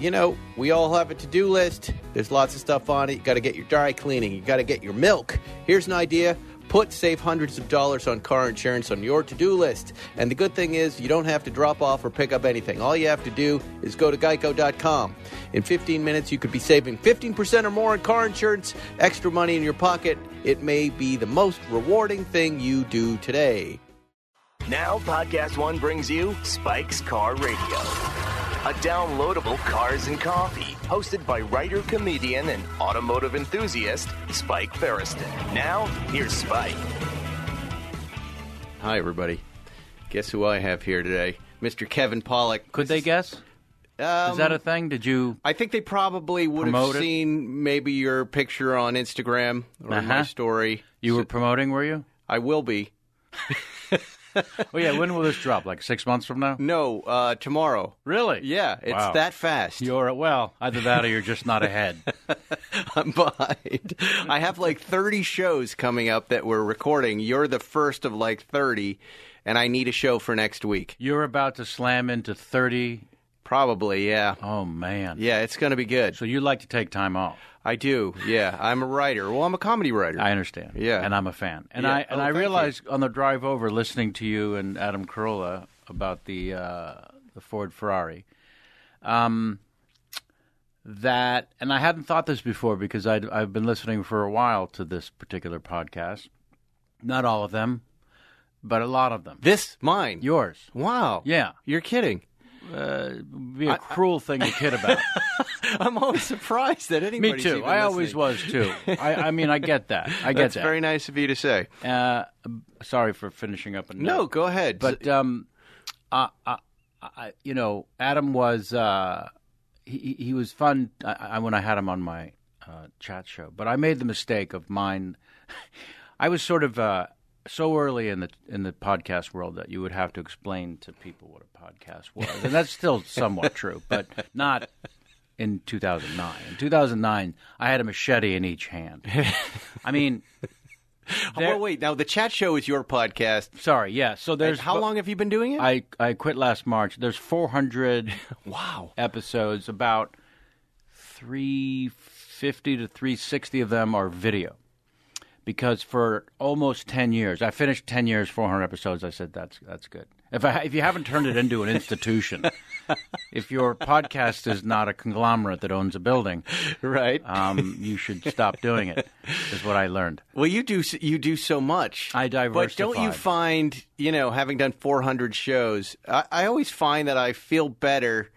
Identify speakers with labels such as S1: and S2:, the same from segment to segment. S1: You know, we all have a to do list. There's lots of stuff on it. You got to get your dry cleaning, you got to get your milk. Here's an idea. Put save hundreds of dollars on car insurance on your to do list. And the good thing is, you don't have to drop off or pick up anything. All you have to do is go to geico.com. In 15 minutes, you could be saving 15% or more on car insurance, extra money in your pocket. It may be the most rewarding thing you do today.
S2: Now, Podcast One brings you Spike's Car Radio, a downloadable cars and coffee hosted by writer, comedian, and automotive enthusiast Spike Ferriston. Now, here's Spike.
S1: Hi, everybody. Guess who I have here today? Mr. Kevin Pollock.
S3: Could they guess?
S1: Um,
S3: Is that a thing? Did you?
S1: I think they probably would
S3: Promote
S1: have
S3: it?
S1: seen maybe your picture on Instagram or my
S3: Uh-huh.
S1: story.
S3: You were promoting, were you?
S1: I will be.
S3: Oh yeah. When will this drop? Like six months from now?
S1: No, uh, tomorrow.
S3: Really?
S1: Yeah, it's
S3: Wow.
S1: that fast.
S3: You're well. Either that or you're just not ahead.
S1: I'm behind. I have like 30 shows coming up that we're recording. You're the first of like 30, and I need a show for next week.
S3: You're about to slam into thirty.
S1: Probably, yeah.
S3: Oh man.
S1: Yeah, it's going to be good.
S3: So you like to take time off?
S1: I do. Yeah, I'm a writer. Well, I'm a comedy writer.
S3: I understand.
S1: Yeah.
S3: And I'm a fan. And
S1: Yeah.
S3: I and
S1: Oh,
S3: I
S1: thank you.
S3: realized on the drive over, listening to you and Adam Carolla about the uh, the Ford Ferrari, um, that and I hadn't thought this before because I'd, I've been listening for a while to this particular podcast. Not all of them, but a lot of them.
S1: this, mine.
S3: Yours.
S1: wow.
S3: Yeah.
S1: You're kidding.
S3: It'd be a cruel thing to kid about.
S1: I'm always surprised that anybody.
S3: Me too. I always was too. I, I mean, I get that. I get
S1: That's
S3: that.
S1: very nice of you to say.
S3: uh, sorry for finishing up. A note.
S1: No, go ahead.
S3: uh, But um, I, I, I, you know, Adam was uh, he he- he was fun I, I, when I had him on my uh, chat show. But I made the mistake of mine. I was sort of uh, so early in the in the podcast world that you would have to explain to people what a podcast was, and that's still somewhat true, but not. In 2009, in 2009, I had a machete in each hand. I mean,
S1: well, wait. Now the chat show is your podcast.
S3: sorry, yeah. So
S1: And
S3: there's
S1: how long have you been doing it?
S3: I I quit last March. There's 400
S1: wow.
S3: episodes. About 350 to 360 of them are video. Because for almost 10 years, I finished 10 years, 400 episodes. I said that's that's good. If I, if you haven't turned it into an institution, if your podcast is not a conglomerate that owns a building,
S1: Right.
S3: um, you should stop doing it. Is what I learned.
S1: well, you do. s- You do so much.
S3: I
S1: But don't you
S3: diversified.
S1: find you know having done 400 shows, I, I always find that I feel better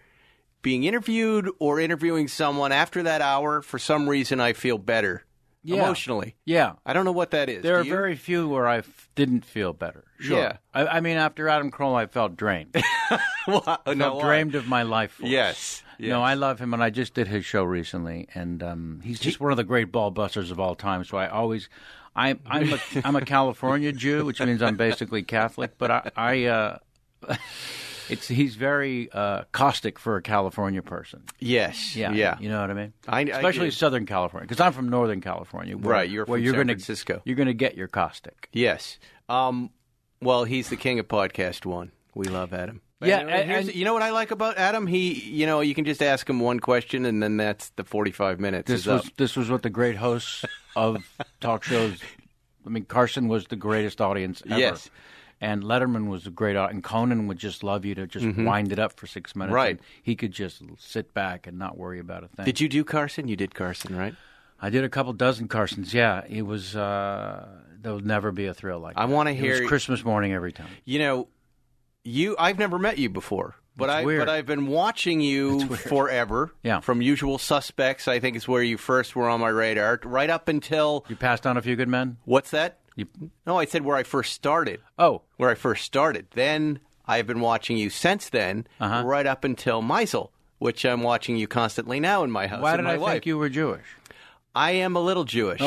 S1: being interviewed or interviewing someone after that hour. For some reason, I feel better
S3: Yeah.
S1: emotionally.
S3: Yeah.
S1: I don't know what that is.
S3: There
S1: Do
S3: are
S1: you?
S3: very few where I f- didn't feel better. Sure.
S1: Yeah.
S3: I, I mean, after Adam Kroll, I felt drained. I
S1: Well, no,
S3: felt
S1: why?
S3: drained of my life force.
S1: Yes,
S3: No,
S1: yes.
S3: I love him, and I just did his show recently, and um, he's just one of the great ball busters of all time. So I always, I, I'm a, I'm a California Jew, which means I'm basically Catholic, but I, I uh, it's he's very uh, caustic for a California person.
S1: Yes.
S3: Yeah,
S1: Yeah.
S3: You know what I mean?
S1: I- I
S3: Especially
S1: do.
S3: Southern California, because I'm from Northern California. Where,
S1: Right, you're
S3: where
S1: from
S3: you're
S1: San
S3: gonna,
S1: Francisco.
S3: You're going to get your caustic.
S1: Yes. Um, well, he's the king of podcast one. We love Adam.
S3: Yeah,
S1: You know, here's-
S3: and-
S1: you know what I like about Adam? He, you know, you can just ask him one question, and then that's the forty-five minutes.
S3: This
S1: is up.
S3: was this was what the great hosts of talk shows. I mean, Carson was the greatest audience ever.
S1: Yes.
S3: And Letterman was a great, au- and Conan would just love you to just wind it up for six minutes.
S1: Mm-hmm. Right.
S3: and he could just sit back and not worry about a thing.
S1: Did you do Carson? You did Carson, right?
S3: I did a couple dozen Carsons. Yeah, it was. Uh, there'll never be a thrill like
S1: I
S3: that.
S1: wanna
S3: It
S1: hear-
S3: was Christmas morning every time.
S1: You know, you. I've never met you before, but
S3: That's
S1: I
S3: weird.
S1: but I've been watching you forever.
S3: Yeah.
S1: From Usual Suspects, I think is where you first were on my radar, right up until
S3: You passed on a few good men.
S1: what's that?
S3: You,
S1: No, I said where I first started.
S3: oh, Uh-huh.
S1: where I first started. Then I've been watching you since then, right up until Meisel, which I'm watching you constantly now in my house.
S3: Why
S1: and
S3: did
S1: Uh, my
S3: I
S1: wife.
S3: think you Oh. were Jewish?
S1: I am a little Jewish.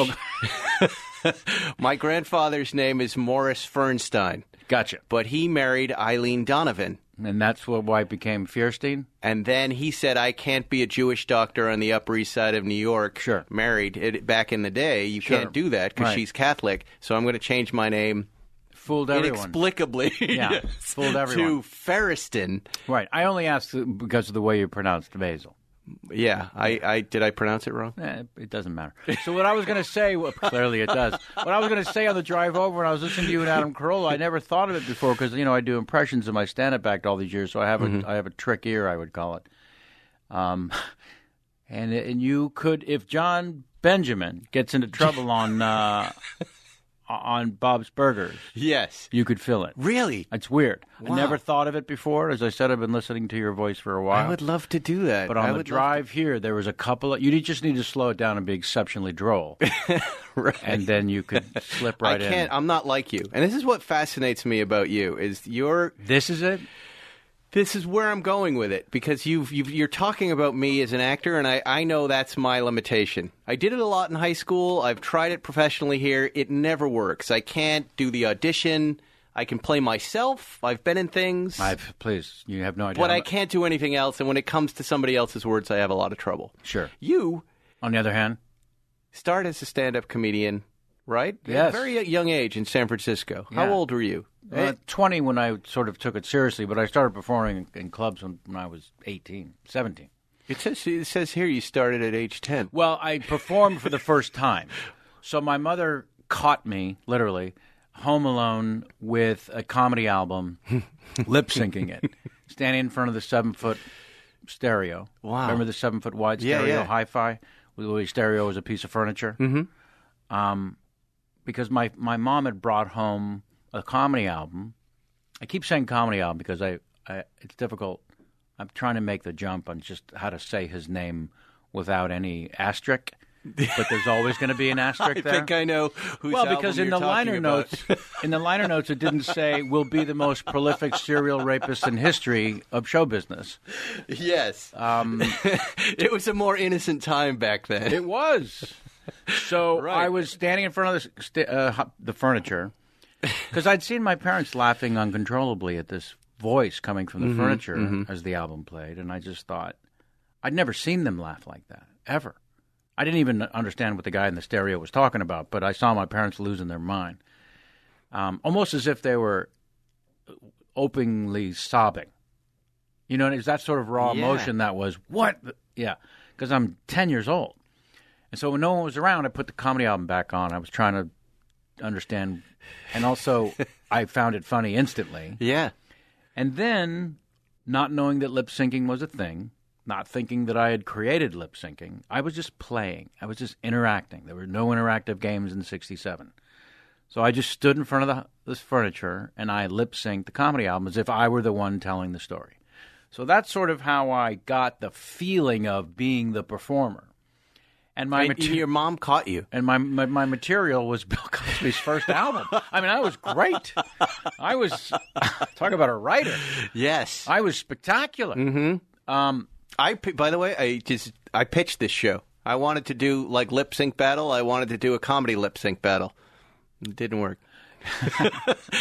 S1: my grandfather's name is Morris Fernstein,
S3: Gotcha.
S1: but he married Eileen Donovan.
S3: And that's what why it became Fierstein?
S1: And then he said, I can't be a Jewish doctor on the Upper East Side of New York,
S3: Sure.
S1: married. It, back in the day, you
S3: Sure.
S1: can't do that because
S3: Right.
S1: she's Catholic. So I'm going to change my name
S3: Fooled everyone.
S1: inexplicably
S3: Yeah,
S1: yes,
S3: fooled
S1: to
S3: everyone.
S1: Ferriston.
S3: right. I only asked because of the way you pronounced Basil.
S1: Yeah, I, I did I pronounce it wrong?
S3: Eh, it doesn't matter. So what I was going to say, well, clearly it does. What I was going to say on the drive over, when I was listening to you and Adam Carolla, I never thought of it before because you know I do impressions in my stand-up act all these years, so I have a I have a trick ear, I would call it. Um, and and you could if John Benjamin gets into trouble on uh, on Bob's Burgers,
S1: Yes.
S3: you could fill it.
S1: Really?
S3: It's weird.
S1: Wow.
S3: I never thought of it before. As I said, I've been listening to your voice for a while.
S1: I would love to do that.
S3: But
S1: I
S3: on the
S1: would love
S3: drive here, there was a couple of. You did- just need to slow it down and be exceptionally droll,
S1: to- Right.
S3: and then you could slip
S1: I
S3: right
S1: can't. I'm not like you. And this is what fascinates me about you is your
S3: in. This is it.
S1: this is where I'm going with it because you've, you've you're talking about me as an actor, and I, I know that's my limitation. I did it a lot in high school. I've tried it professionally here. It never works. I can't do the audition. I can play myself. I've been in things,
S3: I please, you have no idea.
S1: but
S3: how
S1: I
S3: mu-
S1: can't do anything else. And when it comes to somebody else's words, I have a lot of trouble.
S3: Sure.
S1: You
S3: On the other hand,
S1: started as a stand-up comedian, right? At a
S3: Yes.
S1: very young age in San Francisco. How
S3: Yeah.
S1: old were you?
S3: uh, twenty when I sort of took it seriously, but I started performing in, in clubs when, when I was 18, 17.
S1: It says it says here you started at age ten.
S3: Well, I performed for the first time. So my mother caught me, literally, home alone with a comedy album, lip syncing it, standing in front of the seven foot stereo.
S1: Wow.
S3: Remember the seven foot wide
S1: Yeah,
S3: stereo
S1: yeah.
S3: hi fi? The way stereo was a piece of furniture. Mm-hmm. Um, because my, my mom had brought home a comedy album. I keep saying comedy album because I, I it's difficult. I'm trying to make the jump on just how to say his name without any asterisk, but there's always going to be an asterisk
S1: I
S3: there.
S1: think I know who's
S3: well, because in the liner notes, in the liner notes, it didn't say will be the most prolific serial rapist in history of show business.
S1: yes,
S3: Um,
S1: it was a more innocent time back then.
S3: It was. So
S1: Right.
S3: I was standing in front of the, st- uh, hu- the furniture because I'd seen my parents laughing uncontrollably at this voice coming from the furniture as the album played, and I just thought I'd never seen them laugh like that ever. I didn't even understand what the guy in the stereo was talking about, but I saw my parents losing their mind, um, almost as if they were openly sobbing. You know, and it was that sort of raw
S1: Yeah.
S3: emotion that was what? the- Yeah, because I'm ten years old, and so when no one was around, I put the comedy album back on. I was trying to understand, and also I found it funny instantly.
S1: yeah,
S3: And then, not knowing that lip syncing was a thing, not thinking that I had created lip syncing, I was just playing. I was just interacting. There were no interactive games in '67. So I just stood in front of the, this furniture and I lip synced the comedy album as if I were the one telling the story. So that's sort of how I got the feeling of being the performer. And my
S1: and,
S3: mater-
S1: your mom caught you.
S3: and my, my my material was Bill Cosby's first album. I mean, I was great. I was talk about a writer.
S1: Yes,
S3: I was spectacular.
S1: Mm-hmm. I. pi- By the way, I just I pitched this show. I wanted to do like lip sync battle. I wanted to do a comedy lip sync battle. It didn't work.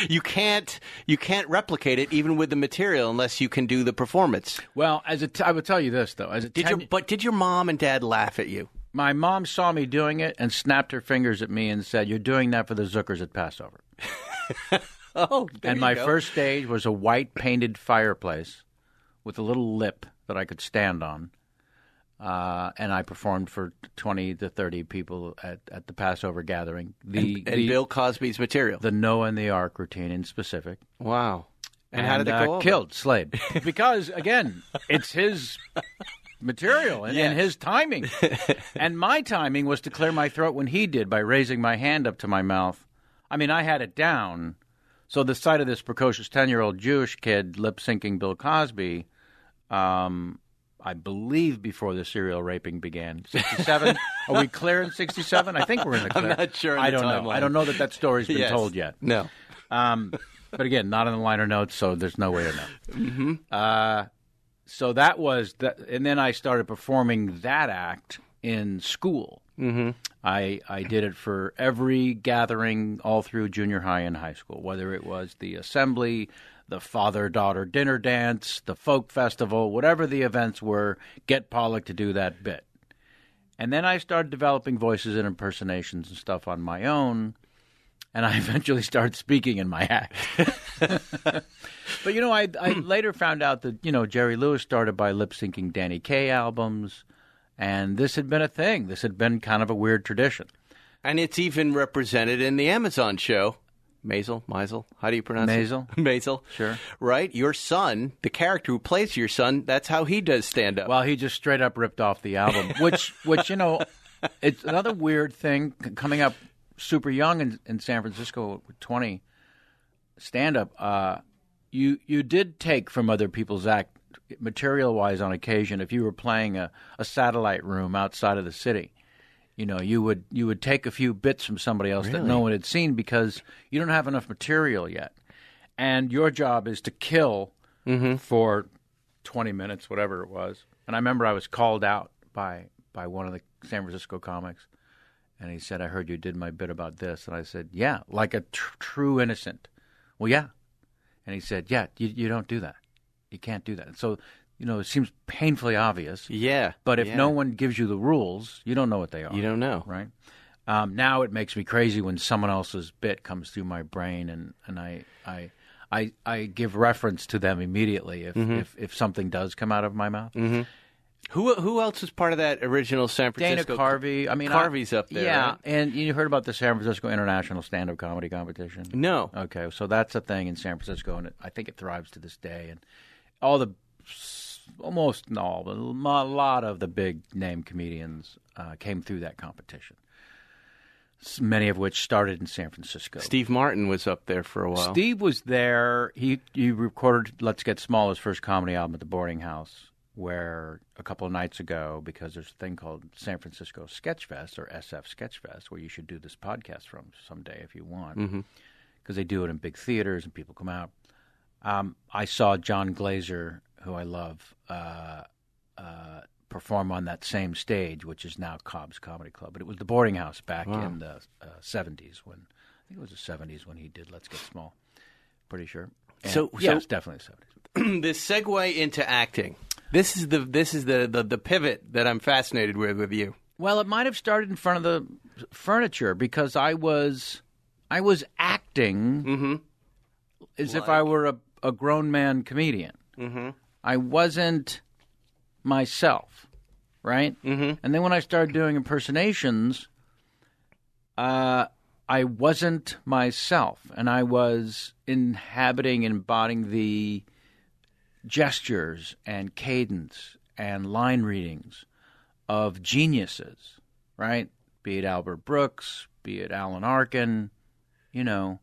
S1: you can't you can't replicate it even with the material unless you can do the performance.
S3: Well, as a t- I will tell you this though, as a
S1: Did your,
S3: 10
S1: but did your mom and dad laugh at you?
S3: my mom saw me doing it and snapped her fingers at me and said, "You're doing that for the Zookers at Passover."
S1: Oh,
S3: and my first stage was a white painted fireplace with a little lip that I could stand on. Uh, and I performed for 20 to 30 people at, at the Passover gathering. The,
S1: and
S3: the-
S1: Bill Cosby's material.
S3: the Noah and the Ark routine in specific.
S1: wow. And, how did they
S3: uh,
S1: go? over?
S3: Killed Slade because again, it's his material and, and
S1: Yes.
S3: his timing, and my timing was to clear my throat when he did by raising my hand up to my mouth. I mean, I had it down, so the sight of this precocious ten-year-old Jewish kid lip syncing Bill Cosby. Um, I believe before the serial raping began, sixty-seven. Are we clear in sixty-seven? I think we're in the clear.
S1: not sure on
S3: I
S1: the
S3: don't know.
S1: timeline.
S3: I don't know that that story's been
S1: Yes.
S3: told yet.
S1: No.
S3: Um, but again, not in the liner notes, so there's no way to know. Uh, so that was that, and then I started performing that act in school.
S1: Mm-hmm.
S3: I I did it for every gathering all through junior high and high school, whether it was the assembly, the father daughter dinner dance, the folk festival, whatever the events were. Get Pollock to do that bit, and then I started developing voices and impersonations and stuff on my own, and I eventually started speaking in my act. But you know, I, I later found out that you know Jerry Lewis started by lip syncing Danny Kaye albums, and this had been a thing. This had been kind of a weird tradition.
S1: And it's even represented in the Amazon show. Maisel, Meisel, how do you pronounce
S3: Maisel.
S1: it? Maisel.
S3: Sure.
S1: Right? Your son, the character who plays your son, that's how he does stand up.
S3: Well, he just straight up ripped off the album, which which you know, it's another weird thing c- coming up super young in, in San Francisco with twenty stand up. Uh, you you did take from other people's act material wise on occasion if you were playing a, a satellite room outside of the city. You know, you would you would take a few bits from somebody else that no one had seen because you don't have enough material yet. And your job is to kill
S1: Mm-hmm.
S3: for 20 minutes, whatever it was. And I remember I was called out by by one of the San Francisco comics, and he said, "I heard you did my bit about this," and I said, "Yeah, like a tr- true innocent." Well, yeah, and he said, "Yeah, you you don't do that. You can't do that." So, you know, it seems painfully obvious,
S1: yeah.
S3: but if
S1: yeah.
S3: no one gives you the rules, you don't know what they are
S1: You don't know.
S3: right? Um, now it makes me crazy when someone else's bit comes through my brain, and, and I, I I I give reference to them immediately if
S1: Mm-hmm.
S3: if, if something does come out of my mouth.
S1: Who who else was part of that original San
S3: Dana
S1: Francisco?
S3: Carvey, I mean I-
S1: Carvey's up there,
S3: Yeah,
S1: right?
S3: and you heard about the San Francisco International Stand Up Comedy Competition?
S1: No.
S3: Okay, so that's a thing in San Francisco, and it, I think it thrives to this day. And all the almost no, but a mo- lot of the big name comedians uh, came through that competition. S- Many of which started in San Francisco.
S1: Steve Martin was up there for a while.
S3: Steve was there. He he recorded "Let's Get Small" his first comedy album at the boarding house, where a couple of nights ago, because there's a thing called San Francisco Sketchfest or SF Sketchfest, where you should do this podcast from someday if you want, because they do it in big theaters and people come out. Um, I saw John Glazer, who I love, uh, uh, perform on that same stage, which is now Cobb's Comedy Club. But it was the boarding house back in the uh, 70s when I think it was the 70s when he did Let's Get Small. Pretty sure. And-
S1: So-
S3: yeah,
S1: so-
S3: it's definitely the 70s.
S1: Hmm, this segue into acting. This is the this is the, the the pivot that I'm fascinated with with you.
S3: Well, it might have started in front of the furniture because I was I was acting as if I were a, a grown man comedian. Mm-hmm. I wasn't myself, right? Mm-hmm. And then when I started doing impersonations, uh, I wasn't myself, and I was inhabiting and embodying the gestures and cadence and line readings of geniuses, right? Be it Albert Brooks, be it Alan Arkin, you know.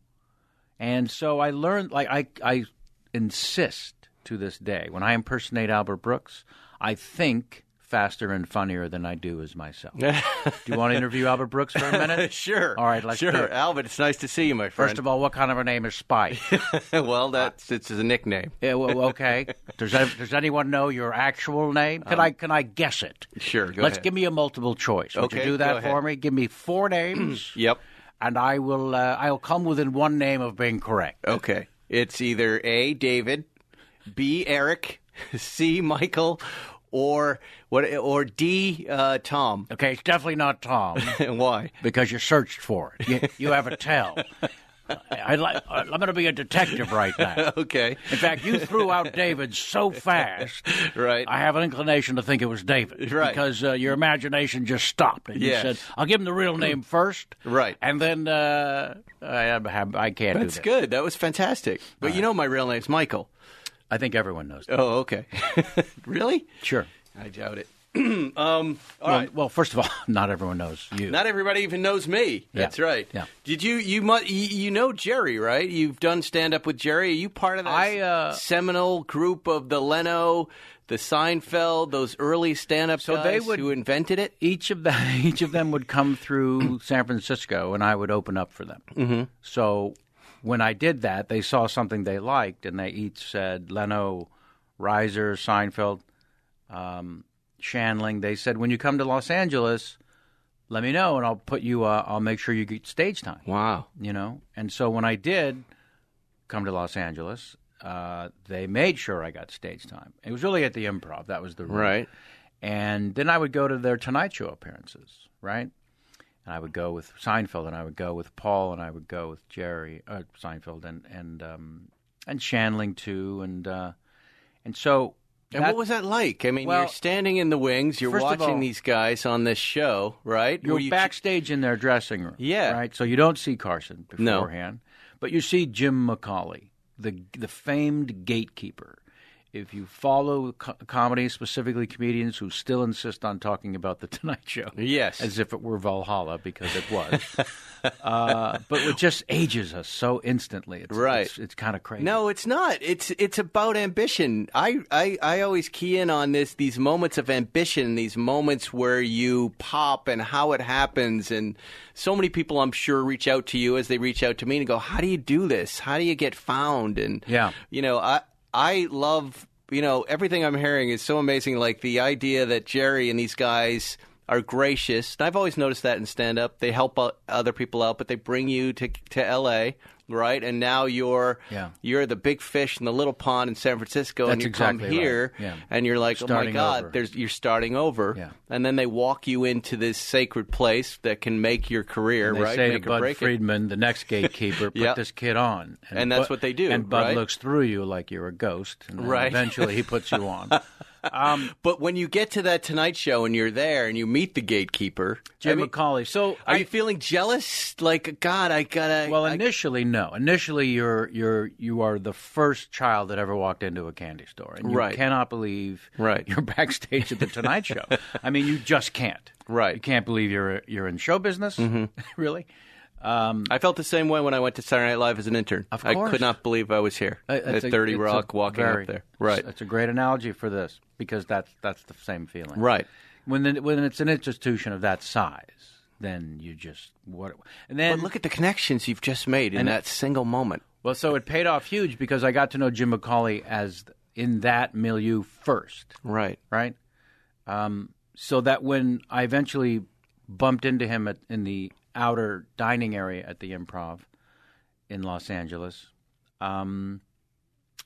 S3: And so I learned, like, I, I insist to this day when I impersonate Albert Brooks, I think faster and funnier than I do as myself. do you want to interview Albert Brooks for a minute?
S1: Sure.
S3: All right, let's
S1: sure.
S3: do it.
S1: Albert, it's nice to see you, my friend.
S3: First of all, what kind of a name is Spike?
S1: all, well, that's it's a nickname.
S3: Yeah, well, okay. Does that, does anyone know your actual name? Can I can I guess it?
S1: Um, Sure, go
S3: Let's
S1: ahead.
S3: give me a multiple choice. Would
S1: Okay,
S3: you do
S1: go
S3: that
S1: ahead.
S3: for me? Give me four names.
S1: Yep.
S3: And I will. Uh, I'll come within one name of being correct.
S1: Okay. It's either A David, B Eric, C Michael, or what or D uh, Tom.
S3: Okay, it's definitely not Tom
S1: Why?
S3: because you searched for it. You, you have a tell. I, I, I'm going to be a detective right now.
S1: Okay.
S3: In fact, you threw out David so fast.
S1: Right.
S3: I have an inclination to think it was David.
S1: Right.
S3: Because uh, your imagination just stopped. And
S1: Yes.
S3: you said, I'll give him the real name first.
S1: Right.
S3: And then uh, I, I can't
S1: That's
S3: do that.
S1: good. That was fantastic. But you know my real name's Michael.
S3: I think everyone knows that.
S1: Oh, okay. really?
S3: Sure.
S1: I doubt it. um all
S3: well,
S1: right.
S3: well, first of all, not everyone knows you.
S1: Not everybody even knows me. That's right.
S3: Yeah.
S1: Did you you mu- you you know Jerry, right? You've done stand up with Jerry. Are you part of that
S3: I, uh,
S1: seminal group of the Leno, the Seinfeld, those early stand up
S3: So
S1: guys
S3: they would-
S1: who invented it?
S3: each of them, each of them would come through San Francisco, and I would open up for them. Mm-hmm. So when I did that, they saw something they liked, and they each said Leno Reiser, Seinfeld, um, Shanling. They said, when you come to Los Angeles, let me know, and I'll put you. Uh, I'll make sure you get stage time.
S4: Wow.
S3: You know, and so when I did come to Los Angeles, uh, they made sure I got stage time. It was really at the Improv. That was the room.
S1: Right.
S3: And then I would go to their Tonight Show appearances, right? And I would go with Seinfeld, and I would go with Paul, and I would go with Jerry uh, Seinfeld, and and um, and Shanling too, and uh, and so
S1: And
S3: that-
S1: what was that like? I mean,
S3: Well,
S1: you're standing in the wings, you're
S3: first of
S1: watching
S3: all-
S1: these guys on this show, right?
S3: you're
S1: Were you-
S3: backstage in their dressing room,
S1: Yeah.
S3: right? So you don't see Carson
S1: No.
S3: beforehand, but you see Jim McCauley, the the famed gatekeeper. If you follow co- comedy, specifically comedians who still insist on talking about the Tonight Show,
S1: Yes.
S3: as if it were Valhalla because it was, uh, but it just ages us so instantly. It's,
S1: Right.
S3: it's, it's kind of crazy.
S1: No, it's not. It's it's about ambition. I, I I always key in on this these moments of ambition, these moments where you pop and how it happens and so many people I'm sure reach out to you as they reach out to me and go, "How do you do this? How do you get found?" And
S3: Yeah.
S1: you know, I I love, you know, everything I'm hearing is so amazing like the idea that Jerry and these guys are gracious. And I've always noticed that in stand up. They help o- other people out, but they bring you to to LA, right? And now you're
S3: Yeah.
S1: you're the big fish in the little pond in San Francisco and
S3: That's
S1: you come
S3: exactly right.
S1: here
S3: Yeah.
S1: and you're like, "Oh my
S3: Starting
S1: god,
S3: over.
S1: there's you're starting over."
S3: Yeah.
S1: And then they walk you into this sacred place that can make your career,
S3: They
S1: right?
S3: say
S1: make
S3: to
S1: or
S3: Bud
S1: break it.
S3: Friedman, the next gatekeeper, put
S1: Yeah.
S3: this kid on,
S1: And that's
S3: Bu-
S1: what they do,
S3: And Bud
S1: right?
S3: looks through you like you're a ghost, and then
S1: Right.
S3: eventually he puts you on. Um,
S1: But when you get to that Tonight Show and you're there and you meet the gatekeeper, I
S3: Jim
S1: mean,
S3: McCauley. So
S1: Are
S3: I-
S1: you feeling jealous? Like, God, I gotta.
S3: well,
S1: I-
S3: initially, no. Initially, you're you're you are the first child that ever walked into a candy store, and you
S1: Right.
S3: cannot believe
S1: Right.
S3: you're backstage at the Tonight Show. I mean, you just can't.
S1: Right. Mm-hmm.
S3: You can't believe you're you're in show business, really.
S1: I felt the same way when I went to Saturday Night Live as an intern.
S3: Of
S1: I
S3: course.
S1: could not believe I was here
S3: Uh,
S1: at
S3: it's a-
S1: Thirty
S3: it's a
S1: Rock, walking
S3: very-
S1: up there. Right,
S3: It's, it's a great analogy for this because that's that's the same feeling.
S1: right.
S3: When the, when it's an institution of that size, then you just what and then
S1: But look at the connections you've just made in
S3: And-
S1: that single moment.
S3: well, so it paid off huge because I got to know Jim McCauley as in that milieu first,
S1: Right.
S3: right? Um, so that when I eventually bumped into him at, in the outer dining area at the Improv in Los Angeles, um,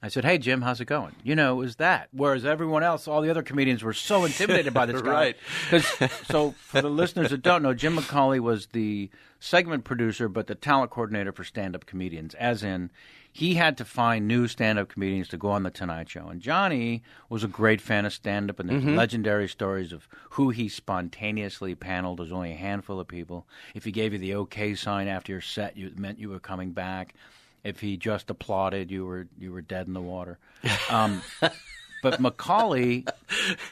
S3: I said, "Hey Jim, how's it going?" You know, it was that. Whereas everyone else, all the other comedians, were so intimidated by this guy.
S1: Right.
S3: 'Cause- so for the listeners that don't know, Jim McCauley was the segment producer, but the talent coordinator for stand-up comedians. As in, he had to find new stand-up comedians to go on the Tonight Show. And Johnny was a great fan of stand-up, and there's legendary stories of who he spontaneously paneled. There's only a handful of people. If he gave you the OK sign after your set, you, it meant you were coming back. If he just applauded, you were you were dead in the water. Um, but Macaulay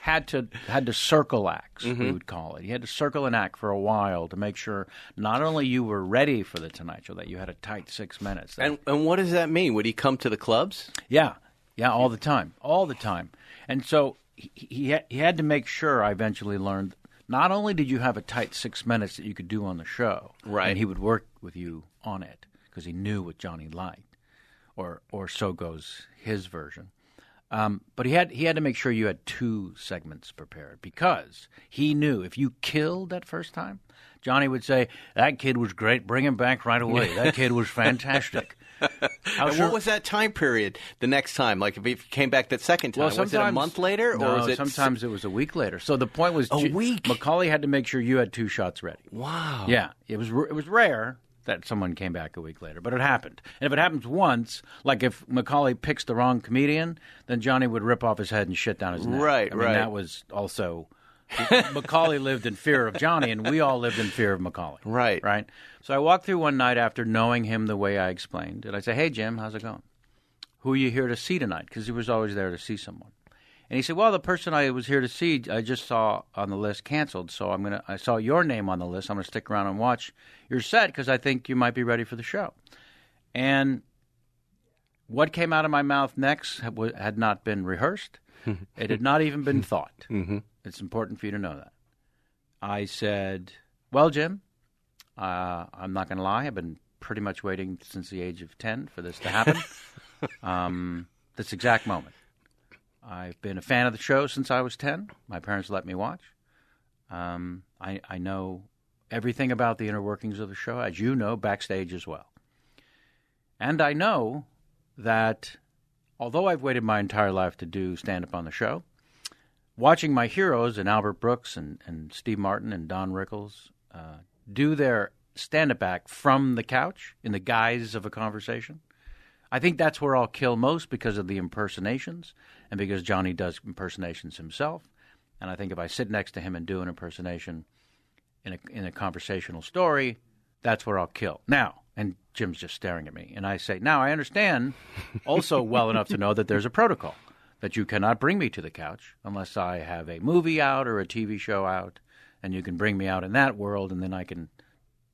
S3: had to had to circle acts, we would call it. He had to circle an act for a while to make sure not only you were ready for the Tonight Show, that you had a tight six minutes. that-
S1: And and what does that mean? Would he come to the clubs?
S3: yeah, yeah, all the time, all the time. And so he he, ha- he had to make sure. I eventually learned. Not only did you have a tight six minutes that you could do on the show,
S1: Right.
S3: And he would work with you on it because he knew what Johnny liked, or or so goes his version. Um, but he had he had to make sure you had two segments prepared because he knew if you killed that first time, Johnny would say that kid was great, bring him back right away. That kid was fantastic. How
S1: And
S3: sure-
S1: what was that time period? The next time, like if he came back that second time,
S3: Well,
S1: Uh, was it a
S3: sometimes-
S1: month later,
S3: No,
S1: or was it
S3: sometimes it was a week later. So the point was
S1: A
S3: Ju-
S1: week?
S3: Macaulay had to make sure you had two shots ready.
S1: Wow.
S3: Yeah, it was r- it was rare that someone came back a week later, but it happened. And if it happens once, like if Macaulay picks the wrong comedian, then Johnny would rip off his head and shit down his neck.
S1: Right,
S3: I mean,
S1: right.
S3: That was also Macaulay lived in fear of Johnny, and we all lived in fear of Macaulay.
S1: Right.
S3: right. So I walked through one night after knowing him the way I explained, and I say, "Hey Jim, how's it going? Who are you here to see tonight?" Because he was always there to see someone. And he said, "Well, the person I was here to see, I just saw on the list canceled. So I'm gonna, I saw your name on the list. I'm gonna stick around and watch your set because I think you might be ready for the show." And what came out of my mouth next ha- wa- had not been rehearsed. it had not even been thought. Mm-hmm. It's important for you to know that. I said, "Well, Jim, uh, I'm not gonna lie. I've been pretty much waiting since the age of ten for this to happen. um, this exact moment." I've been a fan of the show since I was 10. My parents let me watch. Um, I, I know everything about the inner workings of the show, as you know, backstage as well. And I know that although I've waited my entire life to do stand up on the show, watching my heroes and Albert Brooks and, and Steve Martin and Don Rickles uh, do their stand up act from the couch in the guise of a conversation, I think that's where I'll kill most because of the impersonations and because Johnny does impersonations himself. And I think if I sit next to him and do an impersonation in a, in a conversational story, that's where I'll kill. Now, and Jim's just staring at me. And I say, Now I understand also well enough to know that there's a protocol that you cannot bring me to the couch unless I have a movie out or a TV show out, and you can bring me out in that world, and then I can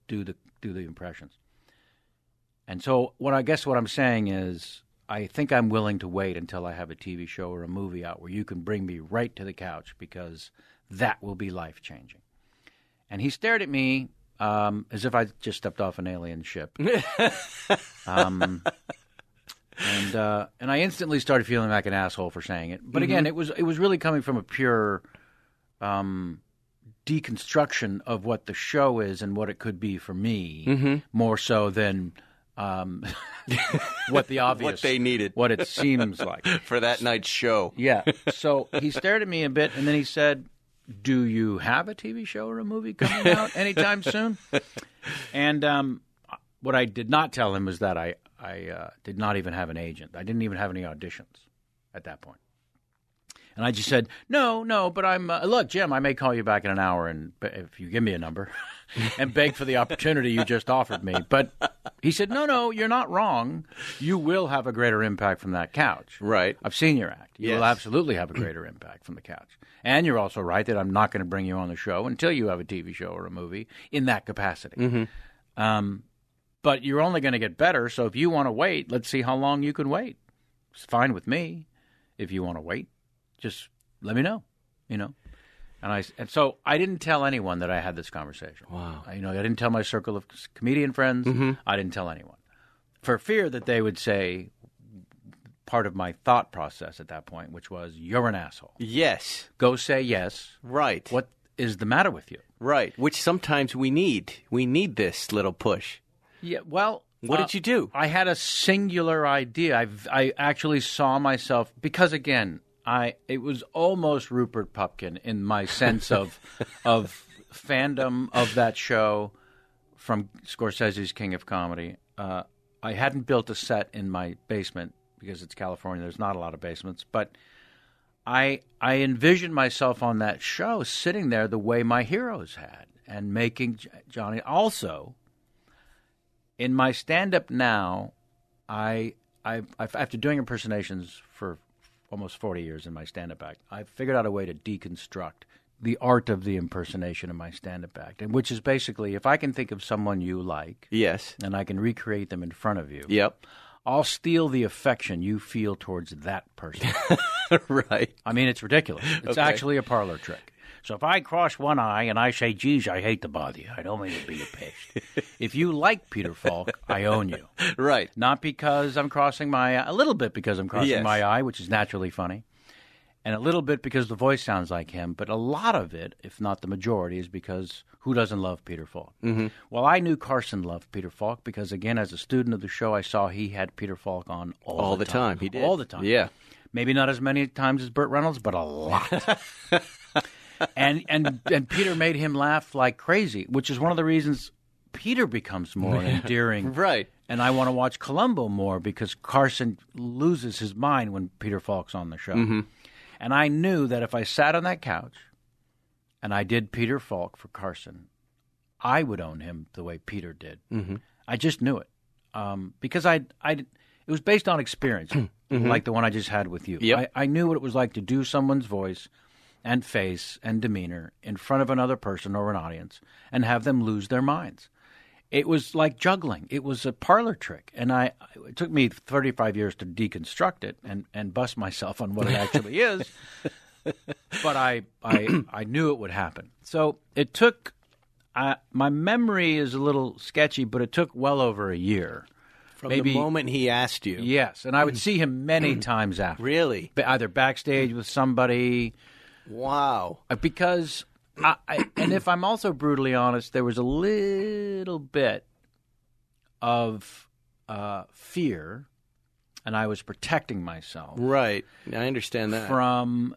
S3: do the do the impressions. And so, what I guess what I'm saying is, I think I'm willing to wait until I have a TV show or a movie out where you can bring me right to the couch because that will be life changing. And he stared at me um, as if I just stepped off an alien ship. um, and uh, and I instantly started feeling like an asshole for saying it. But
S1: Mm-hmm.
S3: again, it was it was really coming from a pure um, deconstruction of what the show is and what it could be for me,
S1: Mm-hmm.
S3: more so than um, what the obvious
S1: they needed.
S3: what it seems like.
S1: for that night's show.
S3: Yeah. So he stared at me a bit, and then he said, "Do you have a TV show or a movie coming out anytime soon?" And um, what I did not tell him was that I I uh, did not even have an agent. I didn't even have any auditions at that point. And I just said, "No, no, but I'm uh, look, Jim. I may call you back in an hour, and b- if you give me a number, and beg for the opportunity you just offered me." But he said, "No, no, you're not wrong. You will have a greater impact from that couch,
S1: Right. Uh,
S3: I've seen your act. You will
S1: Yes.
S3: absolutely have a greater impact from the couch. And you're also right that I'm not going to bring you on the show until you have a TV show or a movie in that capacity.
S1: Mm-hmm.
S3: Um, but you're only going to get better. So if you want to wait, let's see how long you can wait. It's fine with me. If you want to wait, just let me know. You know. And I and so I didn't tell anyone that I had this conversation. Wow. you know, I didn't tell my circle of comedian friends.
S1: Mm-hmm.
S3: I didn't tell anyone for fear that they would say part of my thought process at that point, which was, "You're an asshole.
S1: Yes.
S3: Go say yes.
S1: Right.
S3: What is the matter with you?"
S1: Right. Which sometimes we need. We need this little push.
S3: Yeah. Well,
S1: What
S3: uh,
S1: did you do?
S3: I had a singular idea. I I actually saw myself because again, I it was almost Rupert Pupkin in my sense of of fandom of that show from Scorsese's King of Comedy. Uh, I hadn't built a set in my basement because it's California. There's not a lot of basements, but I I envisioned myself on that show sitting there the way my heroes had and making J- Johnny also in my stand up now I, I I've, after doing impersonations for almost 40 years in my stand up act I figured out a way to deconstruct the art of the impersonation in my stand up act and which is basically if I can think of someone you like
S1: Yes.
S3: and I can recreate them in front of you
S1: Yep.
S3: I'll steal the affection you feel towards that person
S1: right.
S3: I mean, it's ridiculous. It's actually a parlor trick. So if I cross one eye and I say, geez, I hate to bother you, I don't mean to be a pest. if you like Peter Falk, I own you.
S1: Right.
S3: Not because I'm crossing my eye, a little bit because I'm crossing
S1: Yes.
S3: my eye, which is naturally funny, and a little bit because the voice sounds like him, but a lot of it, if not the majority, is because who doesn't love Peter Falk? Mm-hmm. Well, I knew Carson loved Peter Falk because, again, as a student of the show, I saw he had Peter Falk on all,
S1: All the time. He did.
S3: All the time.
S1: Yeah.
S3: Maybe not as many times as Burt Reynolds, but a lot. and and and Peter made him laugh like crazy, which is one of the reasons Peter becomes more endearing.
S1: Right.
S3: And I want to watch Columbo more because Carson loses his mind when Peter Falk's on the show. And I knew that if I sat on that couch and I did Peter Falk for Carson, I would own him the way Peter did. I just knew it um, because I I it was based on experience, like the one I just had with you.
S1: Yep.
S3: I, I knew what it was like to do someone's voice and face and demeanor in front of another person or an audience and have them lose their minds. It was like juggling. It was a parlor trick, and I it took me 35 years to deconstruct it and and bust myself on what it actually is. But I I I knew it would happen. So it took I, my memory is a little sketchy, but it took well over a year
S1: From
S3: maybe
S1: the moment he asked you.
S3: yes, and I would see him many times after,
S1: Really?
S3: Ba- either backstage with somebody
S1: Wow.
S3: uh, because I, I and if I'm also brutally honest, there was a little bit of uh, fear, and I was protecting myself
S1: Right. I understand that.
S3: from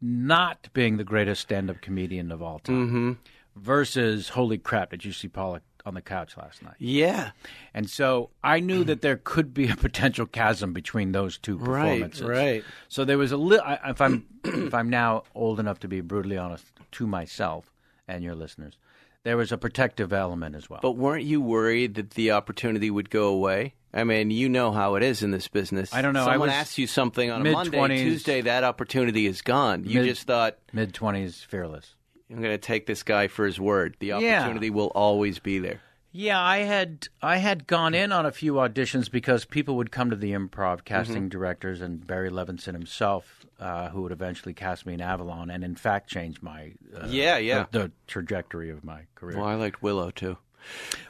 S3: not being the greatest stand-up comedian of all time
S1: mm-hmm.
S3: versus holy crap did you see Pollock on the couch last night
S1: Yeah.
S3: and so i knew that there could be a potential chasm between those two
S1: Right.
S3: performances
S1: Right.
S3: so there was a little if i'm if i'm now old enough to be brutally honest to myself and your listeners there was a protective element as well
S1: But weren't you worried that the opportunity would go away? I mean, you know how it is in this business.
S3: I don't know. I
S1: Someone
S3: was
S1: asks you something on a Monday,
S3: mid-twenties.
S1: Tuesday, that opportunity is gone. You
S3: Mid-
S1: just thought,
S3: mid-20s fearless
S1: I'm going to take this guy for his word. The
S3: Yeah.
S1: opportunity will always be there.
S3: Yeah, I had I had gone in on a few auditions because people would come to the
S1: Mm-hmm.
S3: improv casting directors and Barry Levinson himself, uh, who would eventually cast me in Avalon and in fact change my uh,
S1: Yeah, yeah.
S3: the, the trajectory of my career.
S1: Well, I liked Willow too.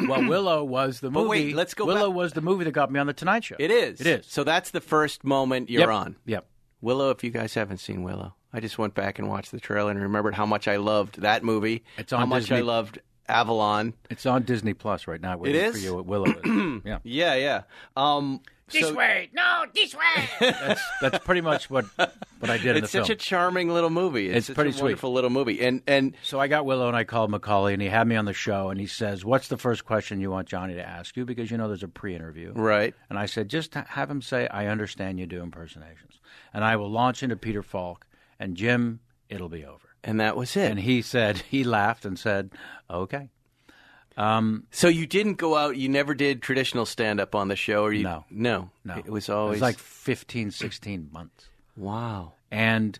S3: Well, Willow was the
S1: But
S3: movie.
S1: wait, let's go
S3: Willow
S1: back.
S3: was the movie that got me on the Tonight Show.
S1: It is.
S3: It is.
S1: So that's the first moment you're
S3: Yep.
S1: on.
S3: Yep.
S1: Willow, if you guys haven't seen Willow, I just went back and watched the trailer and remembered how much I loved that movie.
S3: It's on
S1: how much
S3: Disney.
S1: I loved Avalon.
S3: It's on Disney Plus right now. Waiting
S1: is?
S3: for you at Willow. is. yeah.
S1: Yeah, yeah. Um,
S3: This
S1: so-
S3: way. No, this way. that's that's pretty much what what I did in the
S1: It's such
S3: film.
S1: a charming little movie. It's,
S3: It's
S1: such
S3: pretty
S1: a
S3: sweet.
S1: wonderful little movie. And and
S3: So I got Willow and I called Macaulay and he had me on the show and he says, What's the first question you want Johnny to ask you? Because you know there's a pre interview.
S1: right,
S3: And I said, Just ha- have him say, I understand you do impersonations. And I will launch into Peter Falk and Jim, it'll be over.
S1: and that was it.
S3: And he said, he laughed and said, Okay.
S1: so you didn't go out. You never did traditional stand up on the show, or you
S3: No.
S1: no,
S3: No.
S1: It was always
S3: like 15, 16 months.
S1: wow.
S3: And,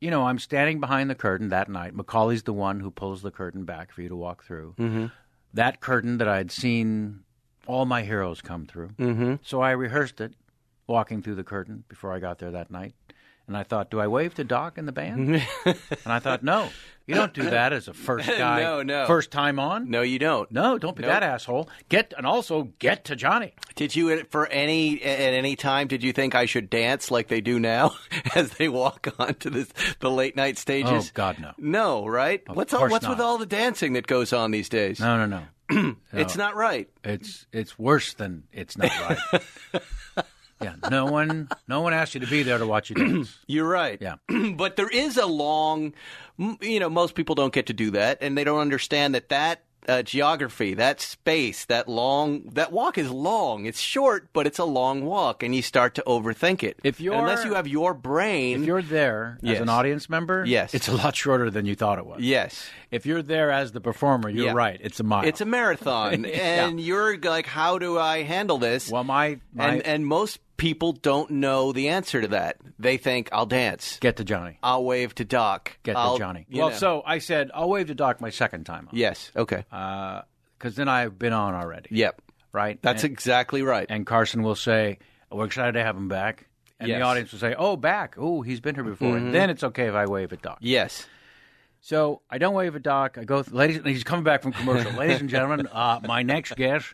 S3: you know, I'm standing behind the curtain that night. Macaulay's the one who pulls the curtain back for you to walk through. Mm-hmm. That curtain that I'd seen all my heroes come through. Mm-hmm. So I rehearsed it walking through the curtain before I got there that night. And I thought, do I wave to Doc and the band? and I thought, no, you don't do that as a first guy,
S1: No, no.
S3: first time on.
S1: No, you don't.
S3: No, don't be that asshole. Get and also get to Johnny.
S1: Did you for any at any time? Did you think I should dance like they do now as they walk onto this the late night stages?
S3: Oh, God, no.
S1: No, right? what's all,
S3: course
S1: what's with
S3: not.
S1: all the dancing that goes on these days?
S3: No, no, no.
S1: It's not right.
S3: It's it's worse than it's not right. yeah, no one no one asked you to be there to watch you dance.
S1: You're right.
S3: Yeah.
S1: but there is a long, m- you know, most people don't get to do that, and they don't understand that that uh, geography, that space, that long, that walk is long. It's short, but it's a long walk, and you start to overthink it.
S3: If
S1: And unless
S3: you're-
S1: you have your brain,
S3: If you're there
S1: Yes.
S3: as an audience member,
S1: Yes.
S3: it's a lot shorter than you thought it was.
S1: yes,
S3: If you're there as the performer, you're
S1: Yeah.
S3: right. It's a mile.
S1: it's a marathon, and you're like, how do I handle this?
S3: well, my my
S1: and and most people don't know the answer to that. They think I'll dance,
S3: get to Johnny,
S1: I'll wave to Doc,
S3: get
S1: I'll-
S3: to Johnny.
S1: you
S3: Well,
S1: know.
S3: so Uh, I said I'll wave to Doc my second time, because
S1: yes, okay,
S3: then I've been on already.
S1: yep.
S3: right.
S1: That's
S3: and,
S1: exactly right.
S3: and Carson will say we're excited to have him back, and
S1: Yes. Mm-hmm.
S3: the audience will say, oh, back, oh, he's been here before. And then it's okay if I wave at Doc.
S1: yes.
S3: So I don't wave a doc. I go, ladies. He's coming back from commercial. ladies and gentlemen, uh, my next guest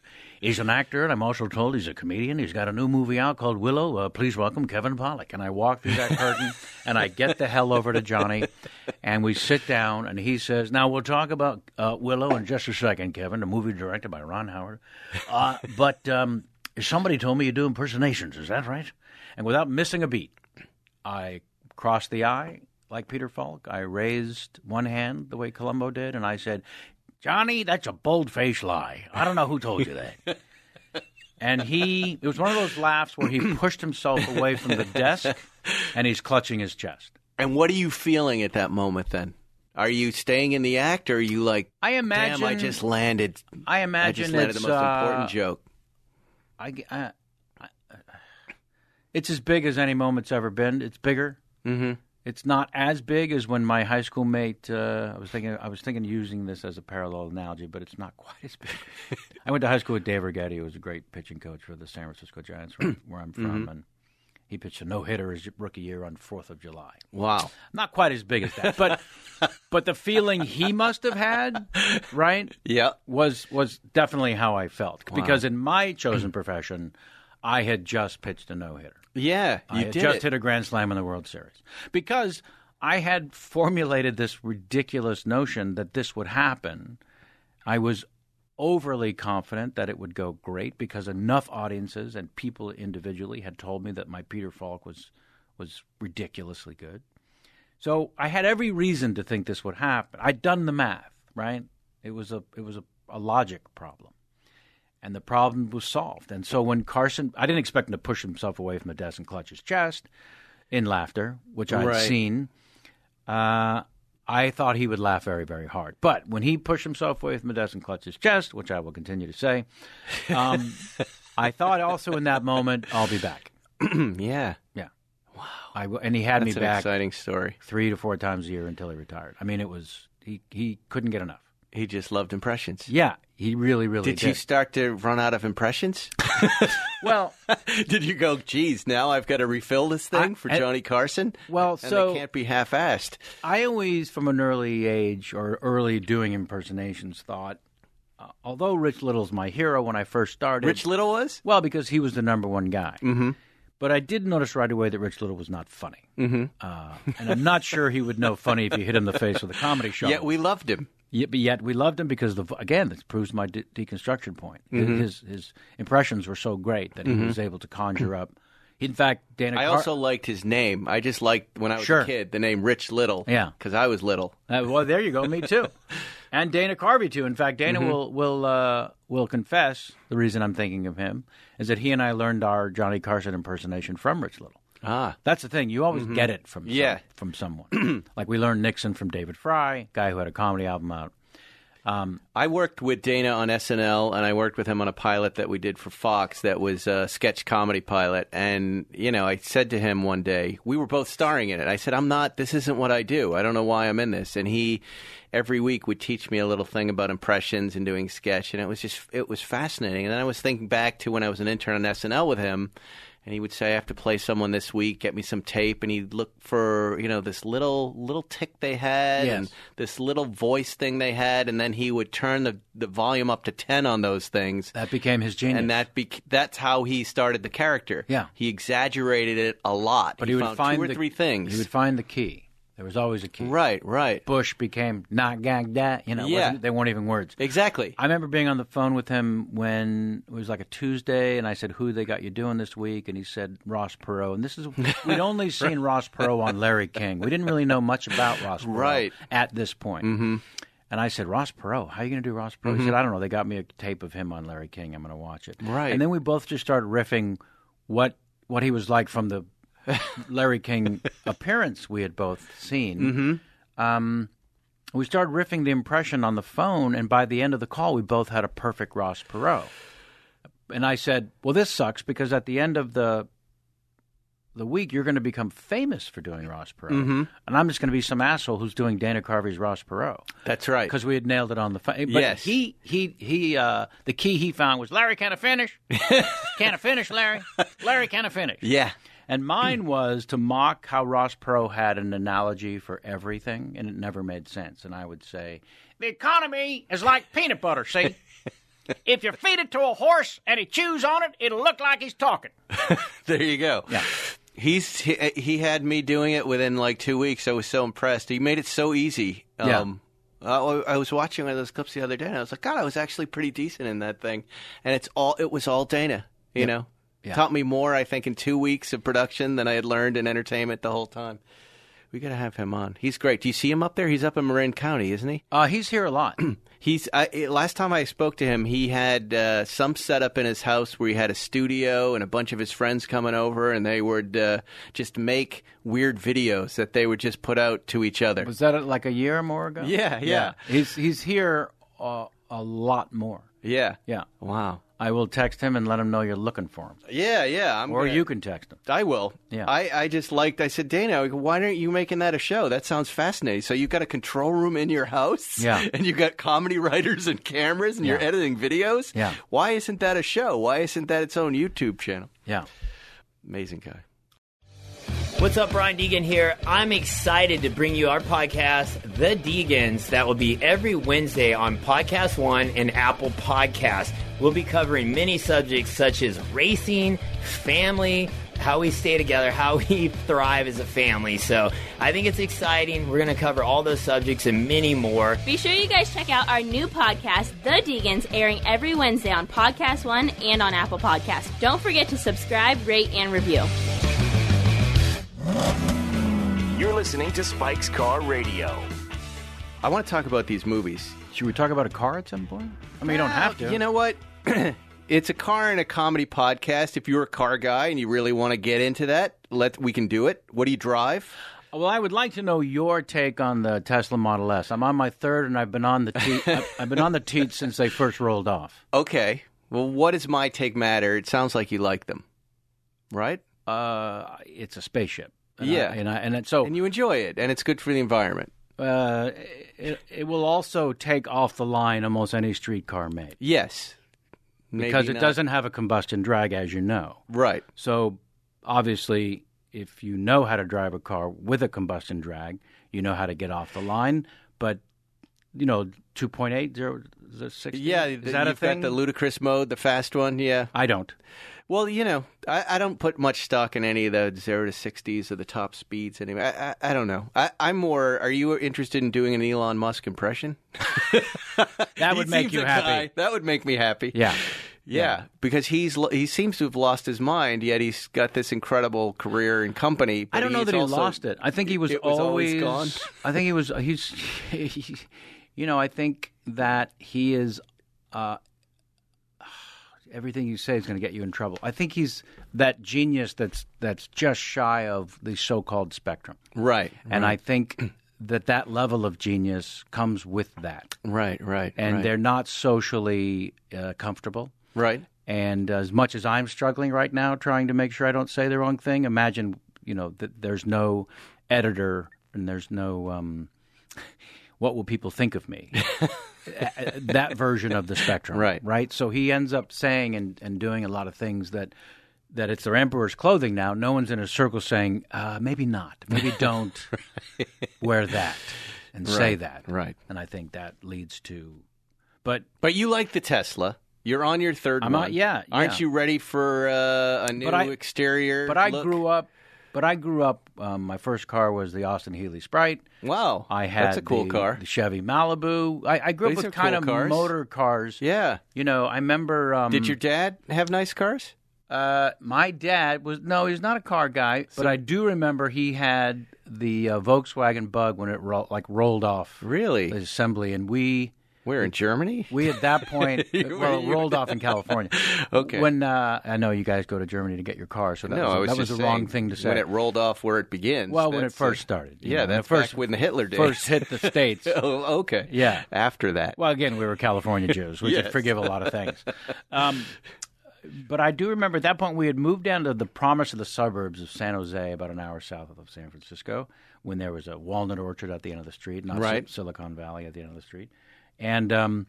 S3: is an actor, and I'm also told he's a comedian. He's got a new movie out called Willow. Uh, please welcome Kevin Pollock. And I walk through that curtain, and I get the hell over to Johnny, and we sit down, and he says, "Now we'll talk about uh, Willow in just a second, Kevin, a movie directed by Ron Howard. Uh, but um, somebody told me you do impersonations. Is that right?" And without missing a beat, I crossed the eye like Peter Falk. I raised one hand the way Columbo did, and I said, Johnny, that's a bold faced lie. I don't know who told you that. and he, it was one of those laughs where he pushed himself away from the desk and he's clutching his chest.
S1: And what are you feeling at that moment then? Are you staying in the act or are you like,
S3: I imagine.
S1: damn, I just landed,
S3: I
S1: I
S3: imagine
S1: just landed
S3: it's,
S1: the most important
S3: uh,
S1: joke?
S3: I g- I- I- it's as big as any moment's ever been. It's bigger.
S1: Mhm.
S3: It's not as big as when my high school mate. Uh, I was thinking. I was thinking using this as a parallel analogy, but it's not quite as big. I went to high school with Dave Rigetti, who was a great pitching coach for the San Francisco Giants, where, where I'm from, and He pitched a no hitter his rookie year on Fourth of July.
S1: Wow.
S3: Not quite as big as that, but but the feeling he must have had, right?
S1: Yeah.
S3: was was definitely how I felt because in my chosen profession, I had just pitched a no hitter.
S1: Yeah.
S3: I
S1: You
S3: had
S1: did.
S3: just
S1: it.
S3: hit a grand slam in the World Series because I had formulated this ridiculous notion that this would happen. I was overly confident that it would go great because enough audiences and people individually had told me that my Peter Falk was was ridiculously good. So I had every reason to think this would happen. I'd done the math, right? It was a it was a, a logic problem. And the problem was solved. And so when Carson I didn't expect him to push himself away from the desk and clutch his chest in laughter, which I'd
S1: Right.
S3: seen. Uh I thought he would laugh very, very hard. But when he pushed himself away from the desk and clutched his chest, which I will continue to say, um, I thought also in that moment, I'll be back.
S1: yeah.
S3: I, will- and he had
S1: That's
S3: me
S1: an
S3: back
S1: exciting story.
S3: three to four times a year until he retired. I mean, it was he he couldn't get enough.
S1: He just loved impressions.
S3: Yeah, he really really
S1: Did
S3: did.
S1: you start to run out of impressions?
S3: well,
S1: did you go, geez, now I've got to refill this thing
S3: I-
S1: for
S3: and-
S1: Johnny Carson?
S3: well,
S1: and
S3: so-
S1: they can't be half-assed.
S3: I always from an early age or early doing impersonations thought, uh, although Rich Little's my hero when I first started,
S1: Rich Little was.
S3: well because he was the number one guy. Mm-hmm. But I did notice right away that Rich Little was not funny, mm-hmm. uh, and I'm not sure he would know funny if you hit him in the face with a comedy show.
S1: Yet we loved him.
S3: Yet, but yet we loved him because the again this proves my de- deconstruction point.
S1: Mm-hmm.
S3: His his impressions were so great that he was able to conjure up. In fact, Dana.
S1: I
S3: Car-
S1: also liked his name. I just liked when I was
S3: Sure.
S1: a kid the name Rich Little.
S3: Yeah.
S1: because I was little.
S3: Uh, well, there you go. Me too, and Dana Carvey too. In fact,
S1: Mm-hmm.
S3: Dana will will uh, will confess the reason I'm thinking of him is that he and I learned our Johnny Carson impersonation from Rich Little.
S1: Ah,
S3: That's the thing. You always get it from some-
S1: Yeah.
S3: from someone. like we learned Nixon from David Fry, guy who had a comedy album out.
S1: I worked with Dana on SNL, and I worked with him on a pilot that we did for Fox that was a sketch comedy pilot. And, you know, I said to him one day, we were both starring in it. I said, I'm not, this isn't what I do. I don't know why I'm in this. And he, every week, would teach me a little thing about impressions and doing sketch. And it was just, it was fascinating. And then I was thinking back to when I was an intern on SNL with him. And he would say, "I have to play someone this week. Get me some tape." And he'd look for, you know, this little little tick they had,
S3: Yes.
S1: and this little voice thing they had, and then he would turn the, the volume up to ten on those things,
S3: That became his genius.
S1: and that bec that's how he started the character.
S3: Yeah.
S1: he exaggerated it a lot.
S3: but
S1: he,
S3: he, would
S1: found
S3: find
S1: two or
S3: the-
S1: three things.
S3: He would find the key. There was always a key.
S1: right, right,
S3: Bush became not gag that. You know, it
S1: Yeah.
S3: wasn't- they weren't even words.
S1: exactly.
S3: I remember being on the phone with him when it was like a Tuesday, and I said, "Who they got you doing this week?" And he said, "Ross Perot." And this is we'd only seen Ross Perot on Larry King. We didn't really know much about Ross Perot
S1: Right.
S3: at this point. Mm-hmm. And I said, "Ross Perot, how are you going to do Ross Perot?" He said, "I don't know. They got me a tape of him on Larry King. I'm going to watch it."
S1: Right.
S3: And then we both just started riffing what what he was like from the Larry King appearance we had both seen. Um, we started riffing the impression on the phone, and by the end of the call, we both had a perfect Ross Perot. And I said, "Well, this sucks because at the end of the the week, you're going to become famous for doing Ross Perot, and I'm just going to be some asshole who's doing Dana Carvey's Ross Perot."
S1: That's right.
S3: because we had nailed it on the phone. But
S1: Yes.
S3: he he he. Uh, the key he found was Larry can I finish. can I finish, Larry? Larry can I finish?
S1: Yeah,
S3: And mine was to mock how Ross Perot had an analogy for everything, and it never made sense. And I would say, the economy is like peanut butter. See, if you feed it to a horse and he chews on it, it'll look like he's talking.
S1: there you go. Yeah. He's he, uh, he had me doing it within like two weeks. I was so impressed. He made it so easy. Um,
S3: Yeah.
S1: I, I was watching one of those clips the other day, and I was like, God, I was actually pretty decent in that thing. And it's all it was all Dana. You know, taught me more. I think in two weeks of production than I had learned in entertainment the whole time. We got to have him on. He's great. Do you see him up there? He's up in Marin County, isn't he?
S3: Uh, he's here a lot.
S1: He's I, eh, last time I spoke to him, he had uh, some setup in his house where he had a studio and a bunch of his friends coming over, and they would uh, just make weird videos that they would just put out to each other.
S3: Was that like a year or more ago?
S1: Yeah, yeah.
S3: He's he's here uh, a lot more.
S1: yeah,
S3: Yeah.
S1: Wow.
S3: I will text him and let him know you're looking for him.
S1: Yeah, yeah. I'm
S3: Or
S1: gonna-
S3: you can text him.
S1: I will.
S3: Yeah.
S1: I, I just liked. I said, Dana, why aren't you making that a show? That sounds fascinating. So you've got a control room in your house,
S3: Yeah.
S1: and you've got comedy writers and cameras, and you're editing videos.
S3: Yeah.
S1: Why isn't that a show? Why isn't that its own YouTube channel?
S3: Yeah.
S1: Amazing guy.
S4: What's up, Brian Deegan here. I'm excited to bring you our podcast, The Deegans, that will be every Wednesday on Podcast One and Apple Podcasts. We'll be covering many subjects such as racing, family, how we stay together, how we thrive as a family. So I think it's exciting. We're going to cover all those subjects and many more.
S5: Be sure you guys check out our new podcast, The Deegans, airing every Wednesday on Podcast One and on Apple Podcasts. Don't forget to subscribe, rate, and review.
S2: You're listening to Spike's Car Radio.
S1: I want to talk about these movies.
S3: Should we talk about a car at some point? I mean, you don't have to.
S1: You know what? it's a car and a comedy podcast. If you're a car guy and you really want to get into that, let we can do it. What do you drive?
S3: Well, I would like to know your take on the Tesla Model S. I'm on my third, and I've been on the teat. I've- I've been on the teat since they first rolled off.
S1: Okay. Well, what does my take matter? It sounds like you like them, right?
S3: Uh, it's a spaceship. And I-
S1: Yeah.
S3: and I, and it, so
S1: And you enjoy it, and it's good for the environment.
S3: uh, it, it will also take off the line almost any streetcar made
S1: Yes. Maybe
S3: because it
S1: not-
S3: doesn't have a combustion drag, as you know.
S1: Right.
S3: So obviously, if you know how to drive a car with a combustion drag, you know how to get off the line. But you know, two point eight zero six.
S1: Yeah.
S3: is
S1: th-
S3: that a
S1: you've got
S3: thing?
S1: the ludicrous mode, the fast one. Yeah.
S3: I don't.
S1: Well, you know, I, I don't put much stock in any of the zero to sixties or the top speeds anyway. I, I, I don't know. I, I'm more. Are you interested in doing an Elon Musk impression?
S3: That would
S1: He
S3: make
S1: seems
S3: you
S1: a
S3: happy.
S1: guy- That would make me happy.
S3: Yeah.
S1: Yeah, because he's lo- he seems to have lost his mind, yet he's got this incredible career and company.
S3: I
S1: but
S3: don't know
S1: he's
S3: that he
S1: also-
S3: lost it. I think he was,
S1: it was always gone.
S3: I think he was. He's. you know, I think that he is. Uh, everything you say is going to get you in trouble. I think he's that genius that's that's just shy of the so-called spectrum.
S1: Right,
S3: And I think that that level of genius comes with that.
S1: right, right,
S3: And
S1: right,
S3: they're not socially uh, comfortable.
S1: right.
S3: And as much as I'm struggling right now trying to make sure I don't say the wrong thing, imagine, you know, that there's no editor and there's no um, what will people think of me? Uh, that version of the spectrum.
S1: Right.
S3: Right. So he ends up saying and, and doing a lot of things that that it's their emperor's clothing now. No one's in a circle saying, uh, maybe not. Maybe don't wear that and say that.
S1: right.
S3: And I think that leads to but
S1: But you like the Tesla. You're on your 3rd
S3: I'm
S1: one.
S3: on- yeah,
S1: Aren't
S3: yeah.
S1: you ready for uh, a new
S3: I-
S1: exterior?
S3: But I
S1: look?
S3: grew up. But I grew up. Um, my first car was the Austin Healey Sprite.
S1: Wow,
S3: I had
S1: that's a cool
S3: the,
S1: car.
S3: the Chevy Malibu. I, I grew
S1: These
S3: up
S1: are
S3: with kind
S1: cool
S3: of
S1: cars.
S3: motor cars.
S1: Yeah.
S3: You know, I remember. Um,
S1: Did your dad have nice cars?
S3: Uh, my dad was no, he's not a car guy, but I do remember he had the uh, Volkswagen Bug when it ro- like rolled off the
S1: Really?
S3: assembly, and we
S1: We're in Germany.
S3: we at that point uh,
S1: You-
S3: well it
S1: you-
S3: rolled off in California.
S1: Okay.
S3: When uh, I know you guys go to Germany to get your car, so that
S1: no,
S3: was,
S1: I was
S3: that was the
S1: just
S3: wrong
S1: saying,
S3: thing to say.
S1: When it rolled off where it begins.
S3: Well, when it
S1: that's
S3: first
S1: a-
S3: started. you
S1: Yeah,
S3: know, when
S1: that's
S3: it first
S1: back when the Hitler days.
S3: First hit the states.
S1: oh, okay.
S3: Yeah.
S1: After that.
S3: Well, again, we were California Jews. We
S1: Yes.
S3: could forgive a lot of things. Um, but I do remember at that point we had moved down to the promise of the suburbs of San Jose, about an hour south of San Francisco, when there was a walnut orchard at the end of the street, not Sil-
S1: Right.
S3: Silicon Valley at the end of the street. And um,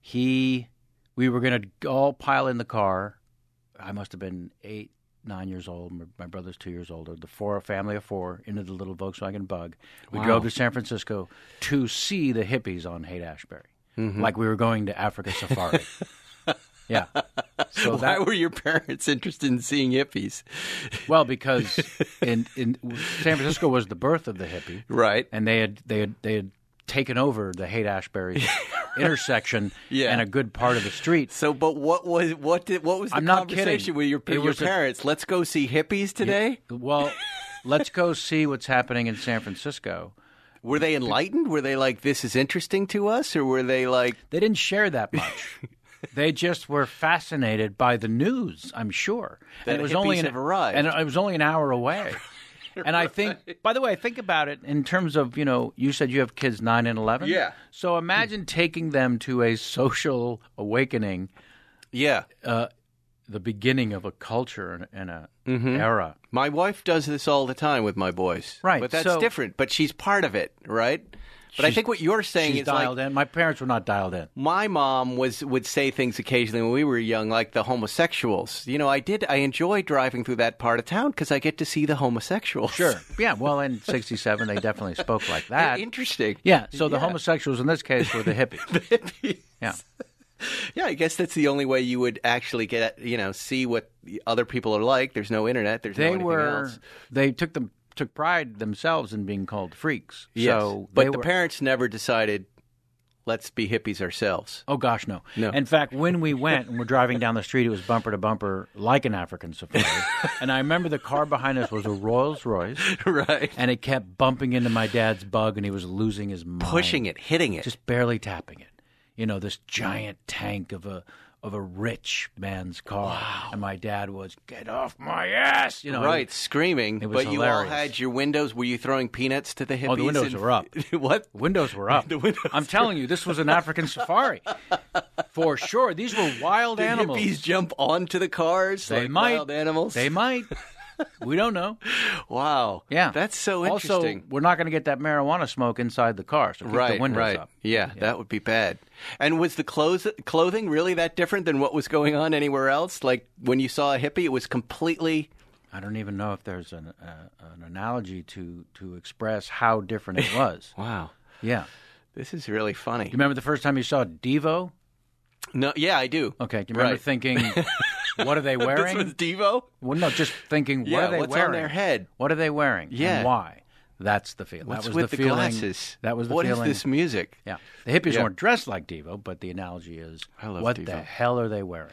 S3: he, we were going to all pile in the car. I must have been eight, nine years old. My, my brother's two years older. The four, a family of four, into the little Volkswagen Bug. We drove to San Francisco to see the hippies on Haight Ashbury,
S1: Mm-hmm.
S3: like we were going to Africa Safari. yeah. So
S1: Why
S3: that
S1: were your parents interested in seeing hippies?
S3: well because in in San Francisco was the birth of the hippie,
S1: Right.
S3: and they had they had they had taken over the Haight Ashbury intersection
S1: Yeah.
S3: and a good part of the street.
S1: So, but what was what did what was the
S3: I'm not kidding.
S1: conversation with your,
S3: It
S1: your
S3: was a-
S1: parents? Let's go see hippies today.
S3: Well, let's go see what's happening in San Francisco.
S1: Were they enlightened? Were they like this is interesting to us, or were they like
S3: They didn't share that much. they just were fascinated by the news, I'm sure.
S1: That
S3: it was
S1: hippies
S3: only an,
S1: have arrived.
S3: And it was only an hour away. And I think, by the way, think about it in terms of, you know, you said you have kids 9 and 11.
S1: Yeah.
S3: So imagine taking them to a social awakening,
S1: yeah?
S3: the beginning of a culture and, and a
S1: Mm-hmm.
S3: era.
S1: My wife does this all the time with my boys,
S3: Right,
S1: But that's
S3: so-
S1: different. But she's part of it, right? But I think what you're saying
S3: She's
S1: is like
S3: dialed in. My parents were not dialed in.
S1: my mom was would say things occasionally when we were young, like the homosexuals. You know, I did I enjoy driving through that part of town because I get to see the homosexuals.
S3: Sure. Yeah. Well, in '67, they definitely spoke like
S1: They're
S3: that.
S1: interesting.
S3: Yeah. So the homosexuals in this case were the hippies. yeah.
S1: Yeah, I guess that's the only way you would actually get you know see what the other people are like. There's no internet. There's no
S3: They
S1: anything
S3: were.
S1: else.
S3: They took them took pride themselves in being called freaks.
S1: Yes,
S3: So
S1: but
S3: they
S1: the
S3: were-
S1: parents never decided. Let's be hippies ourselves.
S3: Oh gosh, no.
S1: No.
S3: In fact, when we went and we're driving down the street, it was bumper to bumper, like an African safari. and I remember the car behind us was a Rolls Royce,
S1: right.
S3: and it kept bumping into my dad's bug, and he was losing his mind,
S1: Pushing it, hitting it.
S3: just barely tapping it. You know, this giant tank of a of a rich man's car, and my dad was get off my ass. You know,
S1: right, screaming.
S3: it was
S1: but you all
S3: hilarious.
S1: had your windows. Were you throwing peanuts to the hippies?
S3: Oh, the windows
S1: and-
S3: were up.
S1: what?
S3: Windows were up. I'm telling you, this was an African safari for sure. These were wild
S1: Did
S3: animals.
S1: hippies jump onto the cars
S3: They
S1: like
S3: might.
S1: wild animals?
S3: They might. we don't know.
S1: Wow.
S3: Yeah,
S1: That's so
S3: Also,
S1: interesting.
S3: we're not going to get that marijuana smoke inside the car, so keep
S1: right,
S3: the windows
S1: right.
S3: up.
S1: Yeah, that would be bad. And was the clothes clothing really that different than what was going on anywhere else? Like when you saw a hippie, it was completely
S3: I don't even know if there's an uh, an analogy to to express how different it was.
S1: Wow.
S3: yeah,
S1: This is really funny.
S3: you remember the first time you saw Devo?
S1: No, yeah, I do.
S3: Okay, do you remember
S1: Right.
S3: thinking, what are they
S1: This
S3: wearing?
S1: was Devo?
S3: well, no, just thinking, what
S1: Yeah,
S3: are they
S1: what's on
S3: wearing?
S1: their head?
S3: What are they wearing?
S1: Yeah.
S3: and why? That's the feeling.
S1: What's
S3: that was
S1: with
S3: the,
S1: the,
S3: feeling.
S1: glasses?
S3: That was the
S1: What is
S3: feeling.
S1: this music?
S3: Yeah, the hippies
S1: Yeah.
S3: weren't dressed like Devo, but the analogy is,
S1: I love
S3: what the
S1: Devo.
S3: hell are they wearing?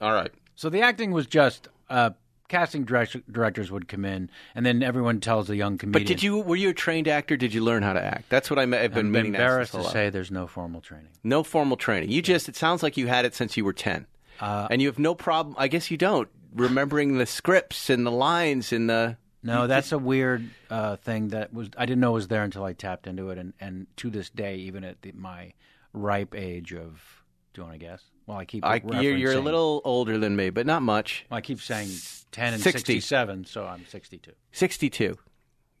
S1: All right.
S3: So the acting was just uh, casting direct- directors would come in, and then everyone tells the young
S1: But
S3: comedian.
S1: did you were you a trained actor? Did you learn how to act? That's what I me- I've been
S3: I'm
S1: meaning to ask
S3: embarrassed
S1: this
S3: to
S1: whole
S3: say there's no formal training.
S1: No formal training. You just, it sounds like you had it since you were 10. and you have no problem, I guess you don't, remembering the scripts and the lines and the.
S3: No, that's a weird uh, thing that was I didn't know was there until I tapped into it, and, and to this day, even at the, my ripe age of, do you want to guess? Well, I keep
S1: I, you're, you're a
S3: referencing-
S1: little older than me, but not much.
S3: Well, I keep saying ten and
S1: 60.
S3: sixty-seven, so I'm sixty-two.
S1: 62.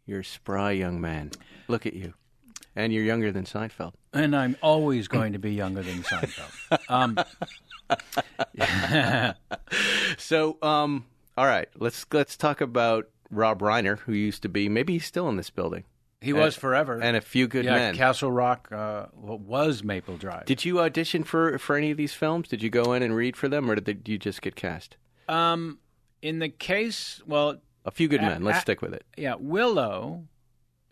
S1: You're a spry young man. Look at you. And you're younger than Seinfeld.
S3: And I'm always going to be younger than Seinfeld. Um,
S1: So, um, all right, let's let's talk about Rob Reiner, who used to be, maybe he's still in this building,
S3: he was forever.
S1: and a few good
S3: yeah,
S1: men.
S3: Castle Rock uh, what was Maple Drive.
S1: did you audition for for any of these films? Did you go in and read for them, or did you just get cast?
S3: Um, in the case, well,
S1: A few good
S3: Uh,
S1: men. Let's
S3: uh,
S1: stick with it.
S3: yeah, Willow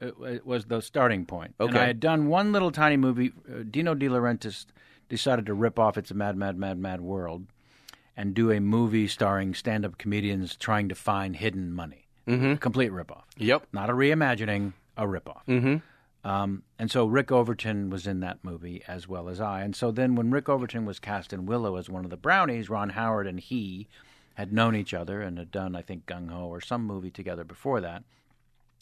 S3: it, it was the starting point. And
S1: Okay.
S3: I had done one little tiny movie. Uh, Dino De Laurentiis decided to rip off "It's a Mad, Mad, Mad, Mad World" and do a movie starring stand-up comedians trying to find hidden money. Mm-hmm. Complete ripoff.
S1: Yep.
S3: Not a reimagining, a ripoff. Mm-hmm. Um, and so Rick Overton was in that movie as well as I. And so then when Rick Overton was cast in Willow as one of the brownies, Ron Howard and he had known each other and had done, I think, Gung Ho or some movie together before that.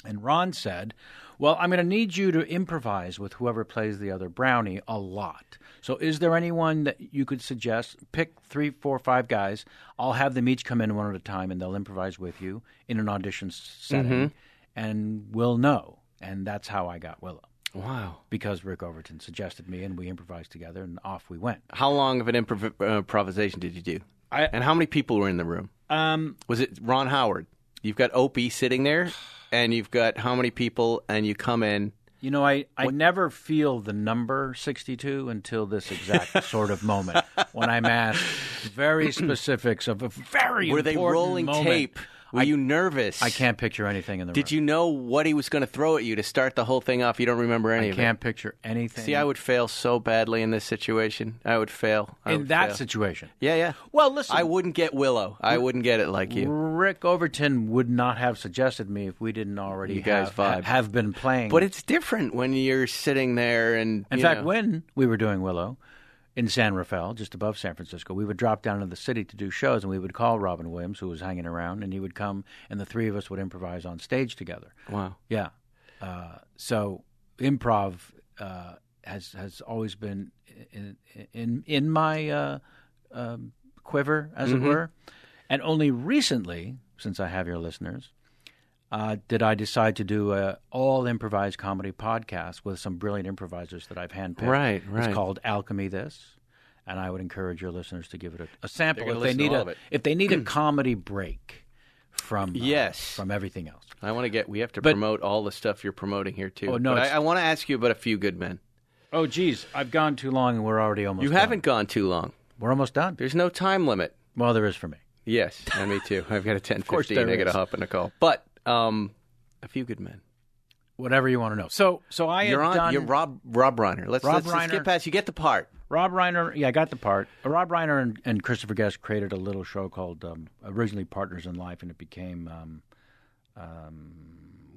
S3: And Ron said, Well, I'm going to need you to improvise with whoever plays the other brownie a lot. So, is there anyone that you could suggest? Pick three, four, five guys. I'll have them each come in one at a time and they'll improvise with you in an audition s- setting and we'll know. And that's how I got Willow
S1: Wow.
S3: because Rick Overton suggested me and we improvised together and off we went.
S1: How long of an improv- uh, improvisation did you do?
S3: I-
S1: and how many people were in the room?
S3: Um,
S1: Was it Ron Howard? You've got Opie sitting there, and you've got how many people? And you come in.
S3: You know, I, I never feel the number 62 until this exact sort of moment when I'm asked very specifics of a very
S1: Were they
S3: important
S1: rolling
S3: moment.
S1: tape? Were you nervous?
S3: I can't picture anything in the
S1: Did you know what he was going to throw at you to start the whole thing off? You don't remember any
S3: I
S1: of
S3: can't picture anything
S1: it. See, I would fail so badly in this situation. I would fail. I
S3: in
S1: would
S3: that
S1: fail.
S3: situation.
S1: Yeah, yeah.
S3: Well, listen,
S1: I wouldn't get Willow. I wouldn't get it like you.
S3: Rick Overton would not have suggested me if we didn't already
S1: You guys
S3: have, ha-
S1: vibe.
S3: have been playing.
S1: But it's different when you're sitting there and
S3: In
S1: you
S3: fact,
S1: know.
S3: when we were doing Willow in San Rafael, just above San Francisco, we would drop down to the city to do shows, and we would call Robin Williams, who was hanging around, and he would come, and the three of us would improvise on stage together.
S1: wow.
S3: Yeah. Uh, so improv uh, has has always been in in, in my uh, um,
S1: Mm-hmm.
S3: quiver, as it were, and only recently, since I have your listeners, uh, did I decide to do a all improvised comedy podcast with some brilliant improvisers that I've handpicked.
S6: Right, right.
S3: It's called Alchemy This, and I would encourage your listeners to give it a, a sample
S1: gonna
S3: if they
S1: listen to
S3: need
S1: all
S3: a
S1: of it.
S3: if they need a comedy break from uh,
S1: Yes.
S3: from everything else.
S1: I want to get. We have to
S3: But-
S1: promote all the stuff you're promoting here too.
S3: Oh, no,
S1: But I,
S3: it's-
S1: I want to ask you about a few good men.
S3: Oh, geez, I've gone too long, and we're already almost.
S1: You
S3: done.
S1: haven't gone too long.
S3: We're almost done.
S1: There's no time limit.
S3: Well, there is for me.
S1: Yes, and me too. I've got a ten
S3: course
S1: fifteen.
S3: there
S1: I got to
S3: is.
S1: hop in a call. But um, a few good men.
S3: Whatever you want to know. So, so I
S1: You're
S3: had
S1: on.
S3: done
S1: You're Rob Rob Reiner. Let's,
S3: Rob
S1: let's just
S3: Reiner.
S1: get past. You get the part.
S3: Rob Reiner. Yeah, I got the part. Uh, Rob Reiner and, and Christopher Guest created a little show called um, originally Partners in Life, and it became um, um,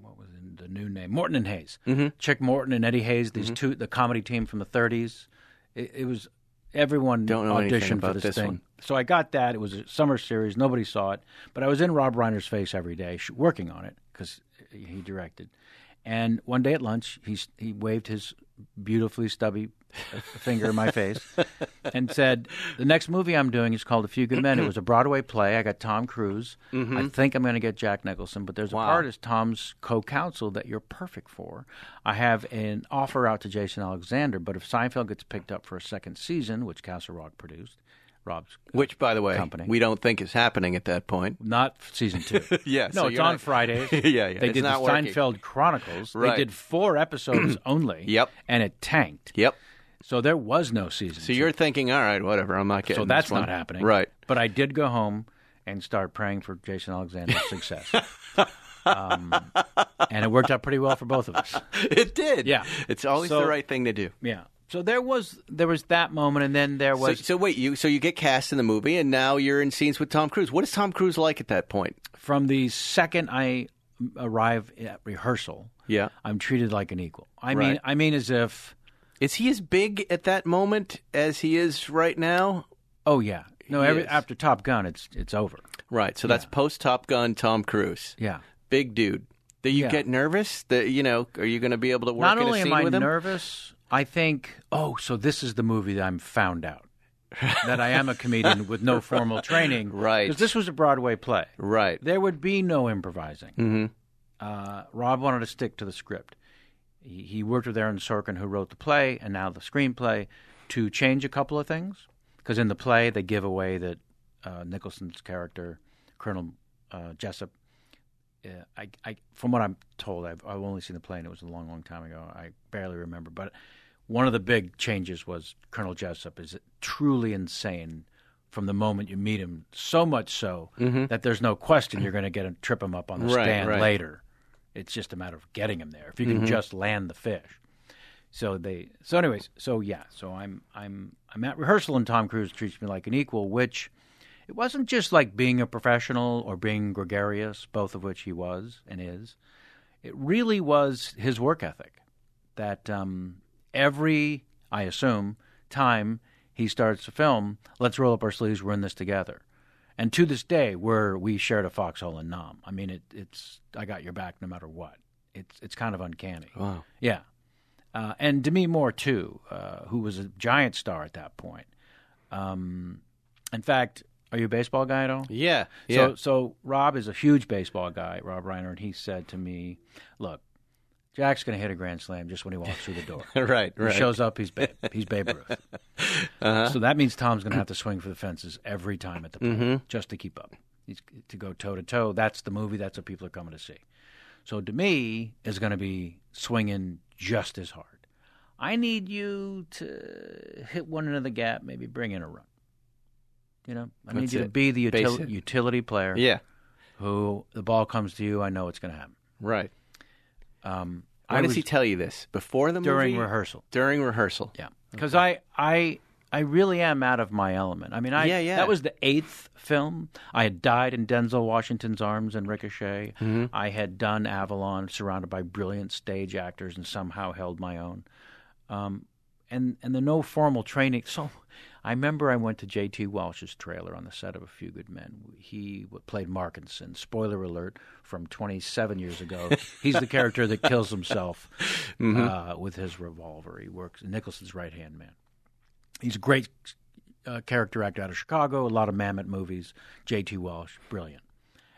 S3: what was in the new name? Morton and Hayes.
S1: Mm-hmm.
S3: Chick Morton and Eddie Hayes. These two, the comedy team from the '30s. It, it was everyone
S1: Don't know anything
S3: auditioned
S1: about
S3: for this,
S1: this
S3: thing.
S1: one.
S3: So I got that. It was a summer series. Nobody saw it, but I was in Rob Reiner's face every day, sh- working on it because he directed. And one day at lunch, he s- he waved his beautifully stubby uh, finger in my face and said, "The next movie I'm doing is called A Few Good Men. It was a Broadway play. I got Tom Cruise.
S1: Mm-hmm.
S3: I think I'm going to get Jack Nicholson, but there's a part as Tom's co-counsel that you're perfect for. I have an offer out to Jason Alexander, but if Seinfeld gets picked up for a second season, which Castle Rock produced, Rob's
S1: Which, by the way,
S3: Company.
S1: we don't think is happening at that point.
S3: not season two.
S1: Yeah,
S3: no,
S1: so
S3: it's
S1: you're
S3: on
S1: not-
S3: Fridays.
S1: Yeah, yeah,
S3: They
S1: it's
S3: did the
S1: not working.
S3: Seinfeld Chronicles.
S1: Right.
S3: They did four episodes only.
S1: Yep.
S3: and it tanked.
S1: Yep.
S3: So there was no season.
S1: So you're thinking, all right, whatever. I'm not getting.
S3: so that's
S1: this one.
S3: not happening.
S1: Right.
S3: But I did go home and start praying for Jason Alexander's success. um, and it worked out pretty well for both of us.
S1: It did.
S3: Yeah.
S1: It's always
S3: So-
S1: the right thing to do.
S3: Yeah. So there was there was that moment, and then there
S1: So,
S3: was
S1: so wait, you so you get cast in the movie, and now you're in scenes with Tom Cruise. What is Tom Cruise like at that point?
S3: from the second I arrive at rehearsal,
S1: Yeah.
S3: I'm treated like an equal. I
S1: Right.
S3: mean, I mean as if.
S1: Is he as big at that moment as he is right now?
S3: Oh yeah. No,
S1: He
S3: every,
S1: is.
S3: after Top Gun, it's it's over.
S1: Right. So that's post Top Gun Tom Cruise,
S3: Yeah.
S1: big dude. Do you
S3: Yeah.
S1: get nervous? That you know, are you going to be able to work
S3: Not
S1: in
S3: only
S1: a scene
S3: am I
S1: with him?
S3: nervous, I think, oh, so this is the movie that I'm found out that I am a comedian with no formal training.
S1: Right.
S3: Because this was a Broadway play.
S1: Right.
S3: There would be no improvising.
S1: Mm-hmm.
S3: Uh, Rob wanted to stick to the script. He, he worked with Aaron Sorkin, who wrote the play and now the screenplay, to change a couple of things. Because in the play, they give away that uh, Nicholson's character, Colonel uh, Jessup, uh, I, I, from what I'm told, I've, I've only seen the play and it was a long, long time ago. I barely remember. But one of the big changes was Colonel Jessup is truly insane from the moment you meet him, so much so that there's no question you're going to get him, trip him up on the
S1: Mm-hmm. Right,
S3: stand
S1: right. Mm-hmm.
S3: later. It's just a matter of getting him there. If you can just land the fish. So they. So anyways. So yeah. So I'm I'm I'm at rehearsal and Tom Cruise treats me like an equal, which it wasn't just like being a professional or being gregarious, both of which he was and is. It really was his work ethic that um, every, I assume, time he starts a film, let's roll up our sleeves, we're in this together. And to this day, we're, we shared a foxhole in Nam. I mean, it, it's I got your back no matter what. It's it's kind of uncanny.
S1: Wow.
S3: Yeah. Uh, and Demi Moore, too, uh, who was a giant star at that point. Um, in fact, are you a baseball guy at all?
S1: Yeah. Yeah.
S3: So, so Rob is a huge baseball guy, Rob Reiner, and he said to me, "Look, Jack's going to hit a grand slam just when he walks through the door.
S1: right.
S3: He
S1: Right. Uh-huh.
S3: shows up, he's Babe, he's Babe Ruth. So that means Tom's going to have to swing for the fences every time at the plate
S1: Mm-hmm.
S3: just to keep up. He's to go toe to toe. That's the movie. That's what people are coming to see. So to me is going to be swinging just as hard. I need you to hit one into the gap, maybe bring in a run. You know, I need
S1: That's
S3: you to
S1: it.
S3: be the
S1: Base
S3: util-
S1: it.
S3: utility player
S1: Yeah.
S3: who the ball comes to you, I know it's going to happen.
S1: Right.
S3: Um,
S1: Why
S3: I
S1: does
S3: was
S1: he tell you this before the
S3: during
S1: movie?
S3: rehearsal?
S1: During rehearsal.
S3: Yeah, because I I I really am out of my element. I mean, I
S1: Yeah, yeah.
S3: that was the eighth film. I had died in Denzel Washington's arms and Ricochet.
S1: Mm-hmm.
S3: I had done Avalon, surrounded by brilliant stage actors, and somehow held my own. Um, and and the no formal training. So I remember I went to J.T. Walsh's trailer on the set of A Few Good Men. He w- played Markinson. Spoiler alert from 27 years ago. He's the character that kills himself
S1: Mm-hmm.
S3: uh, with his revolver. He works Nicholson's right hand man. He's a great uh, character actor out of Chicago. A lot of Mammoth movies. J.T. Walsh, brilliant.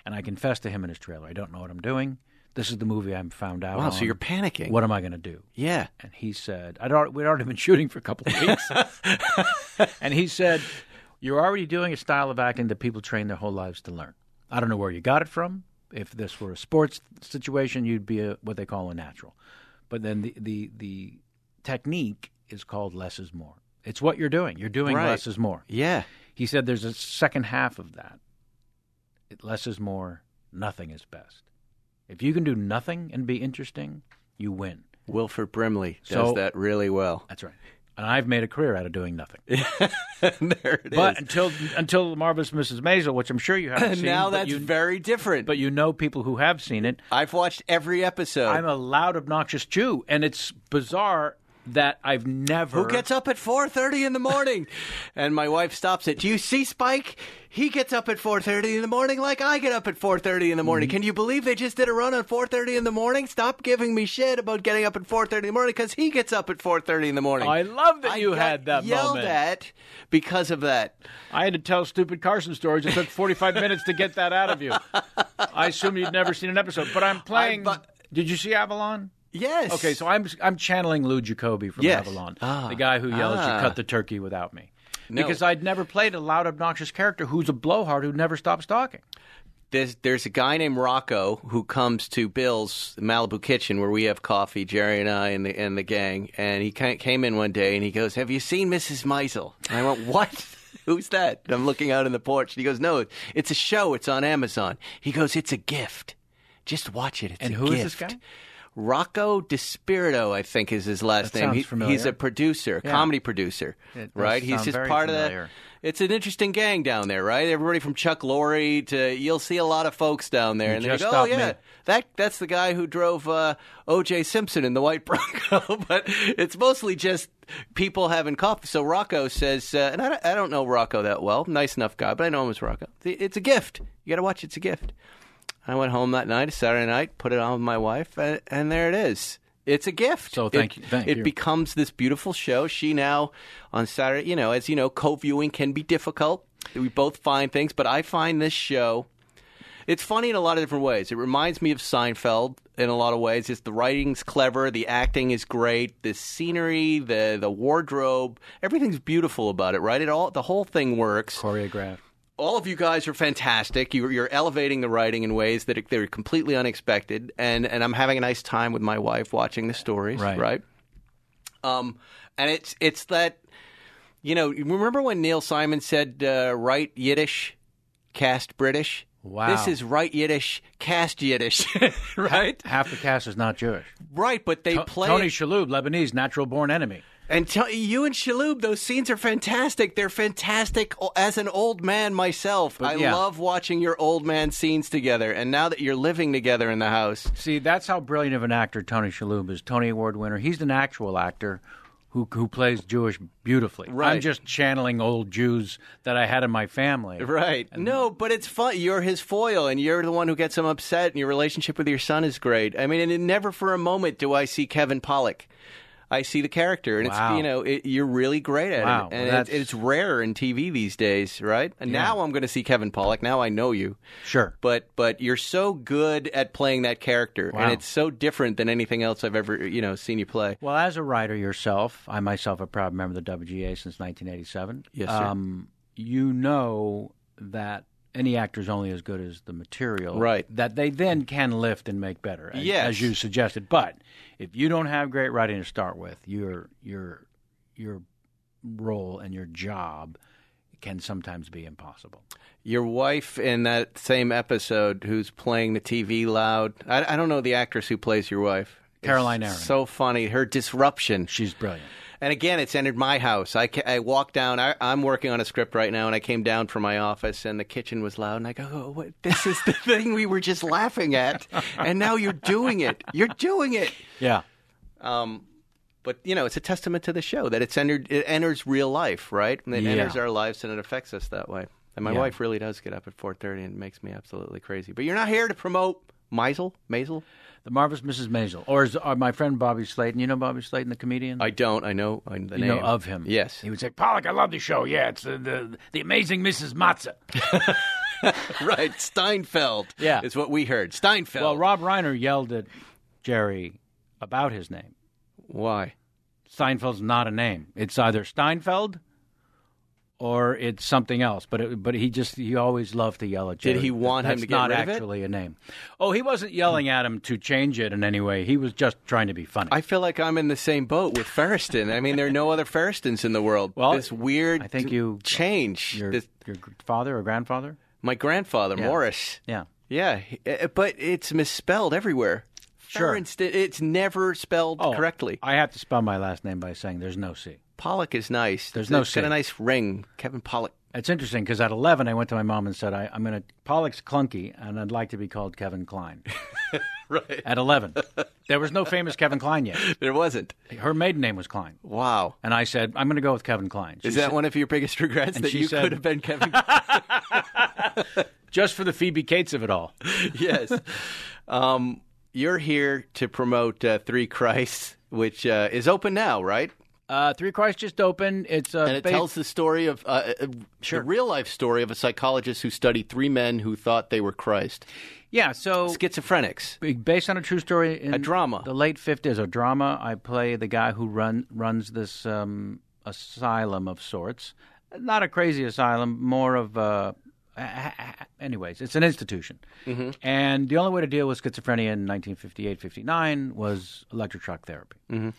S3: and I confessed to him in his trailer, I don't know what I'm doing. This is the movie I'm found out.
S1: Wow, so
S3: on.
S1: you're panicking.
S3: What am I going to do?
S1: Yeah.
S3: And he said, I'd already, we'd already been shooting for a couple of weeks. and he said, You're already doing a style of acting that people train their whole lives to learn. I don't know where you got it from. If this were a sports situation, you'd be a, what they call a natural. But then the, the, the technique is called less is more. It's what you're doing. You're doing
S1: Right.
S3: less is more.
S1: Yeah.
S3: He said there's a second half of that. It, less is more, nothing is best. If you can do nothing and be interesting, you win.
S1: Wilford Brimley does
S3: So-
S1: that really well.
S3: That's right. And I've made a career out of doing nothing.
S1: there it is.
S3: but until until the marvelous Mrs. Maisel, which I'm sure you haven't seen,
S1: now
S3: but
S1: that's
S3: you,
S1: very different.
S3: but you know people who have seen it.
S1: I've watched every episode.
S3: I'm a loud, obnoxious Jew, and it's bizarre that I've never
S1: who gets up at 4.30 in the morning and my wife stops it do you see spike he gets up at 4.30 in the morning like i get up at 4.30 in the morning
S3: Mm-hmm.
S1: can you believe they just did a run on 4.30 in the morning stop giving me shit about getting up at 4.30 in the morning because he gets up at 4.30 in the morning
S3: I love that
S1: I
S3: you
S1: got
S3: had that
S1: yelled
S3: moment.
S1: at because of that
S3: I had to tell stupid Carson stories. It took 45 minutes to get that out of you. I assume you'd never seen an episode, but I'm playing.
S1: bu-
S3: Did you see Avalon?
S1: yes
S3: Okay, so I'm I'm channeling Lou Jacoby from
S1: Yes.
S3: Avalon,
S1: Ah.
S3: the guy who yells,
S1: Ah.
S3: "You cut the turkey without me,"
S1: No.
S3: because I'd never played a loud, obnoxious character who's a blowhard who never stops talking.
S1: there's there's a guy named Rocco who comes to Bill's Malibu Kitchen where we have coffee, Jerry and I and the and the gang, and he ca- came in one day and he goes, "Have you seen Mrs. Meisel?" And I went, "What?" Who's that? And I'm looking out in the porch. And he goes, No, it's a show. It's on Amazon. He goes, It's a gift. Just watch it. It's
S3: And
S1: a
S3: who is this
S1: gift."
S3: guy?
S1: Rocco DeSpirito, I think, is his last
S3: That
S1: name.
S3: sounds
S1: He-
S3: familiar.
S1: He's a producer,
S3: Yeah.
S1: comedy producer,
S3: It does
S1: right? He's
S3: sound
S1: just
S3: very
S1: part of
S3: familiar.
S1: that it's an interesting gang down there, right? Everybody from Chuck Lorre to you'll see a lot of folks down there,
S3: You
S1: and they
S3: just
S1: go, "Oh
S3: stopped me."
S1: yeah, that that's the guy who drove uh, O.J. Simpson in the White Bronco." but it's mostly just people having coffee. So Rocco says, uh, and I don't, I don't know Rocco that well. Nice enough guy, but I know him as Rocco. It's a gift. You got to watch. It's a gift. I went home that night, a Saturday night, put it on with my wife, and, and there it is. It's a gift.
S3: So thank
S1: it,
S3: you- thank
S1: it
S3: you.
S1: becomes this beautiful show. She now on Saturday, you know, as you know, co-viewing can be difficult. We both find things, but I find this show. It's funny in a lot of different ways. It reminds me of Seinfeld in a lot of ways. It's the writing's clever, the acting is great, the scenery, the the wardrobe, everything's beautiful about it. Right? It all the whole thing works
S3: Choreographed.
S1: all of you guys are fantastic. You're, you're elevating the writing in ways that are, they're completely unexpected, and and I'm having a nice time with my wife watching the stories,
S3: Right.
S1: Um, and it's it's that, you know, you remember when Neil Simon said, uh, "Write Yiddish, cast British."
S3: Wow.
S1: This is write Yiddish, cast Yiddish, right?
S3: Half the cast is not Jewish.
S1: Right, but they
S3: To-
S1: play
S3: Tony
S1: it-
S3: Shalhoub, Lebanese, natural born enemy.
S1: And tell you and Shaloub, those scenes are fantastic. They're fantastic o- as an old man myself. I
S3: yeah.
S1: love watching your old man scenes together. And now that you're living together in the house,
S3: See, that's how brilliant of an actor Tony Shalhoub is. Tony Award winner. He's an actual actor who who plays Jewish beautifully.
S1: Right.
S3: I'm just channeling old Jews that I had in my family.
S1: right? No, but it's fun. You're his foil, and you're the one who gets him upset. And your relationship with your son is great. I mean, and it, never for a moment do I see Kevin Pollock. I see the character, and it's
S3: Wow.
S1: you know it, you're really great at
S3: Wow,
S1: it, and
S3: well,
S1: it's,
S3: that's-
S1: it's rare in TV these days, right? And now I'm going to see Kevin Pollock. Now I know you.
S3: Sure.
S1: but but you're so good at playing that character
S3: Wow.
S1: and it's so different than anything else i've ever you know seen you play
S3: Well, as a writer yourself, I myself a proud member of the WGA since 1987.
S1: Yes, sir.
S3: Um, you know that any actor is only as good as the material,
S1: Right.
S3: That they then can lift and make better, as,
S1: Yes.
S3: as you suggested. But if you don't have great writing to start with, your your your role and your job can sometimes be impossible.
S1: your wife in that same episode who's playing the tv loud i, I don't know the actress who plays your wife It's
S3: Caroline Aaron.
S1: so funny her disruption
S3: She's brilliant.
S1: and again it's entered my house i, ca- I walked down I, i'm working on a script right now and i came down from my office and the kitchen was loud and i go oh, what, this is the thing we were just laughing at and now you're doing it you're doing it
S3: Yeah.
S1: but you know, it's a testament to the show that it's entered. It enters real life, right? And it
S3: Yeah.
S1: enters our lives, and it affects us that way. And my
S3: Yeah.
S1: wife really does get up at four thirty, and it makes me absolutely crazy. But you're not here to promote Meisel, Maisel.
S3: The Marvelous Mrs. Maisel, or is, or my friend Bobby Slayton. You know Bobby Slayton, the comedian.
S1: I don't. I know I, the
S3: you
S1: name
S3: know of him.
S1: Yes.
S3: he would say, "Pollock, I love the show. Yeah, it's the the, the amazing Mrs. Matza."
S1: right, Steinfeld.
S3: Yeah.
S1: is what we heard. Steinfeld.
S3: Well, Rob Reiner yelled at Jerry about his name.
S1: Why?
S3: Steinfeld's not a name. It's either Steinfeld or it's something else. But it, but he just he always loved to yell at Jerry.
S1: Did he want him
S3: That's
S1: to get
S3: not
S1: rid of it?
S3: actually a name. Oh, he wasn't yelling at him to change it in any way. He was just trying to be funny.
S1: I feel like I'm in the same boat with Ferriston. I mean, there are no other Ferristons in the world.
S3: Well,
S1: this weird
S3: I think you-
S1: change.
S3: your
S1: This-
S3: your father or grandfather?
S1: my grandfather, Morris.
S3: Yeah.
S1: Yeah, he- eh, but it's misspelled everywhere.
S3: Sure.
S1: Ferriston, it's never spelled
S3: Oh,
S1: correctly.
S3: I have to spell my last name by saying there's no C.
S1: Pollock is nice.
S3: There's
S1: It's-
S3: no
S1: it's got a
S3: C.
S1: nice ring. Kevin Pollock.
S3: It's interesting because at 11, I went to my mom and said, I, I'm going to, Pollock's clunky, and I'd like to be called Kevin Klein. right. At 11. There was no famous Kevin Klein yet.
S1: There wasn't.
S3: Her maiden name was Klein.
S1: Wow.
S3: And I said, I'm going to go with Kevin Klein. She
S1: Is that
S3: said,
S1: one of your biggest regrets
S3: And
S1: that
S3: she
S1: you
S3: said-
S1: could have been Kevin?
S3: just for the Phoebe Cates of it all?
S1: yes. Um, you're here to promote uh, Three Christs, which uh, is open now, right?
S3: Uh, Three Christ just opened. It's a
S1: And it
S3: faith-
S1: tells the story of uh, uh, the real life story of a psychologist who studied three men who thought they were Christ.
S3: yeah. So
S1: Schizophrenics.
S3: b- based on a true story in
S1: A drama.
S3: the late 50s a drama i play the guy who run runs this um, asylum of sorts not a crazy asylum more of a anyways it's an institution
S1: Mm-hmm.
S3: and the only way to deal with schizophrenia in 1958-59 was electroshock therapy
S1: Mm-hmm.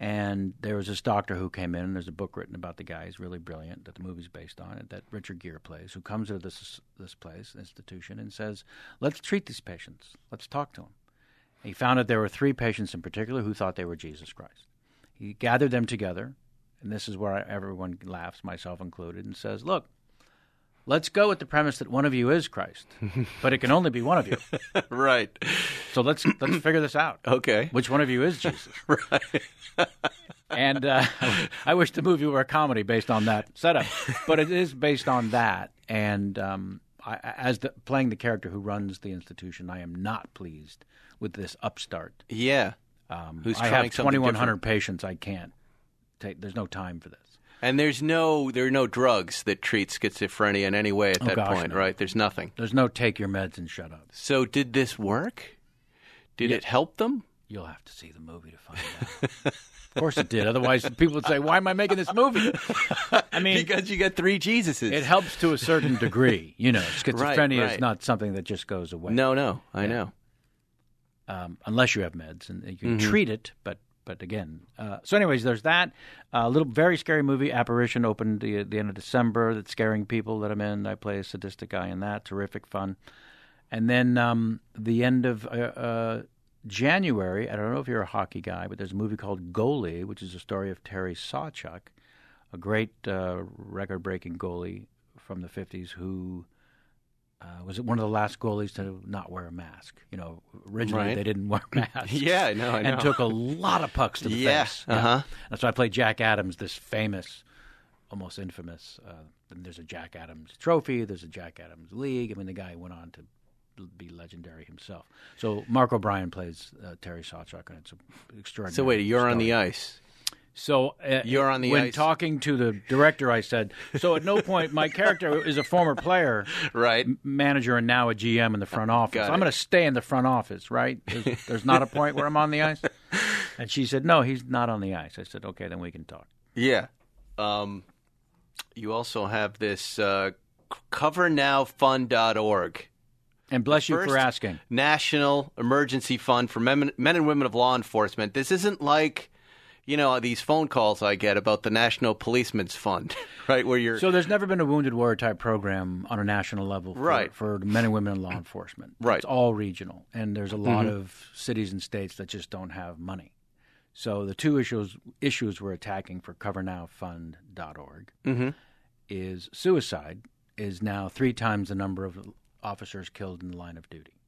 S3: and there was this doctor who came in. There's a book written about the guy. He's really brilliant. That the movie's based on. and That Richard Gere plays, who comes into this this place institution and says, "Let's treat these patients. Let's talk to them." He found that there were three patients in particular who thought they were Jesus Christ. He gathered them together, and this is where I- everyone laughs, myself included, and says, "Look." Let's go with the premise that one of you is Christ, but it can only be one of you.
S1: Right.
S3: So let's let's figure this out.
S1: Okay.
S3: Which one of you is Jesus? right. and uh, I wish the movie were a comedy based on that setup, but it is based on that. And um, I, as the, playing the character who runs the institution, I am not pleased with this upstart.
S1: Yeah.
S3: Um,
S1: Who's
S3: I
S1: trying
S3: have
S1: something
S3: 2,100 patients. I can't take. There's no time for this.
S1: And there's no there are no drugs that treat schizophrenia in any way at
S3: Oh,
S1: that
S3: gosh,
S1: point,
S3: no.
S1: right? There's nothing.
S3: There's no take your meds and shut up.
S1: So did this work? Did it help them?
S3: You'll have to see the movie to find out. of course it did. Otherwise, people would say, "Why am I making this movie?" I mean,
S1: Because you got three Jesuses.
S3: It helps to a certain degree, you know. Schizophrenia
S1: right.
S3: is not something that just goes away.
S1: No, no, I know.
S3: um, unless you have meds and you
S1: Mm-hmm.
S3: can treat it. But but again, uh, so anyways, there's that. A little very scary movie, Apparition, opened the the end of December. That's scaring people that I'm in. I play a sadistic guy in that. Terrific fun. And then um, the end of uh, uh, January. I don't know if you're a hockey guy, but there's a movie called Goalie, which is a story of Terry Sawchuk, a great uh, record-breaking goalie from the '50s who uh, was one of the last goalies to not wear a mask. You know, originally
S1: Right.
S3: they didn't wear masks.
S1: Yeah, I know, I know.
S3: And took a lot of pucks to the
S1: Yeah,
S3: face.
S1: uh-huh.
S3: And so I played Jack Adams, this famous, almost infamous. Uh, and there's a Jack Adams trophy. There's a Jack Adams league. I mean, the guy went on to be legendary himself. So Mark O'Brien plays uh, Terry Sawchuk, and it's an extraordinary.
S1: So wait, you're on
S3: story.
S1: the ice.
S3: So uh,
S1: You're on the
S3: when
S1: ice.
S3: talking to the director, I said, "So at no point my character is a former player,
S1: Right.
S3: m- Manager and now a GM in the front office.
S1: Got
S3: I'm
S1: it.
S3: going to stay in the front office, right? There's, there's not a point where I'm on the ice." And she said, "No, he's not on the ice." I said, "Okay, then we can talk."
S1: Yeah. Um, you also have this uh, c- covernowfund.org,
S3: And bless you
S1: First-
S3: for asking.
S1: National Emergency Fund for men, men and Women of Law Enforcement. This isn't like, you know, these phone calls I get about the National Policeman's Fund, right? Where you're.
S3: So there's never been a wounded warrior type program on a national level for,
S1: Right.
S3: for men and women in law enforcement.
S1: Right. Mm-hmm.
S3: It's all regional, and there's a lot of cities and states that just don't have money. So the two issues issues we're attacking for CoverNowFund.org
S1: Mhm.
S3: is suicide is now three times the number of officers killed in the line of duty.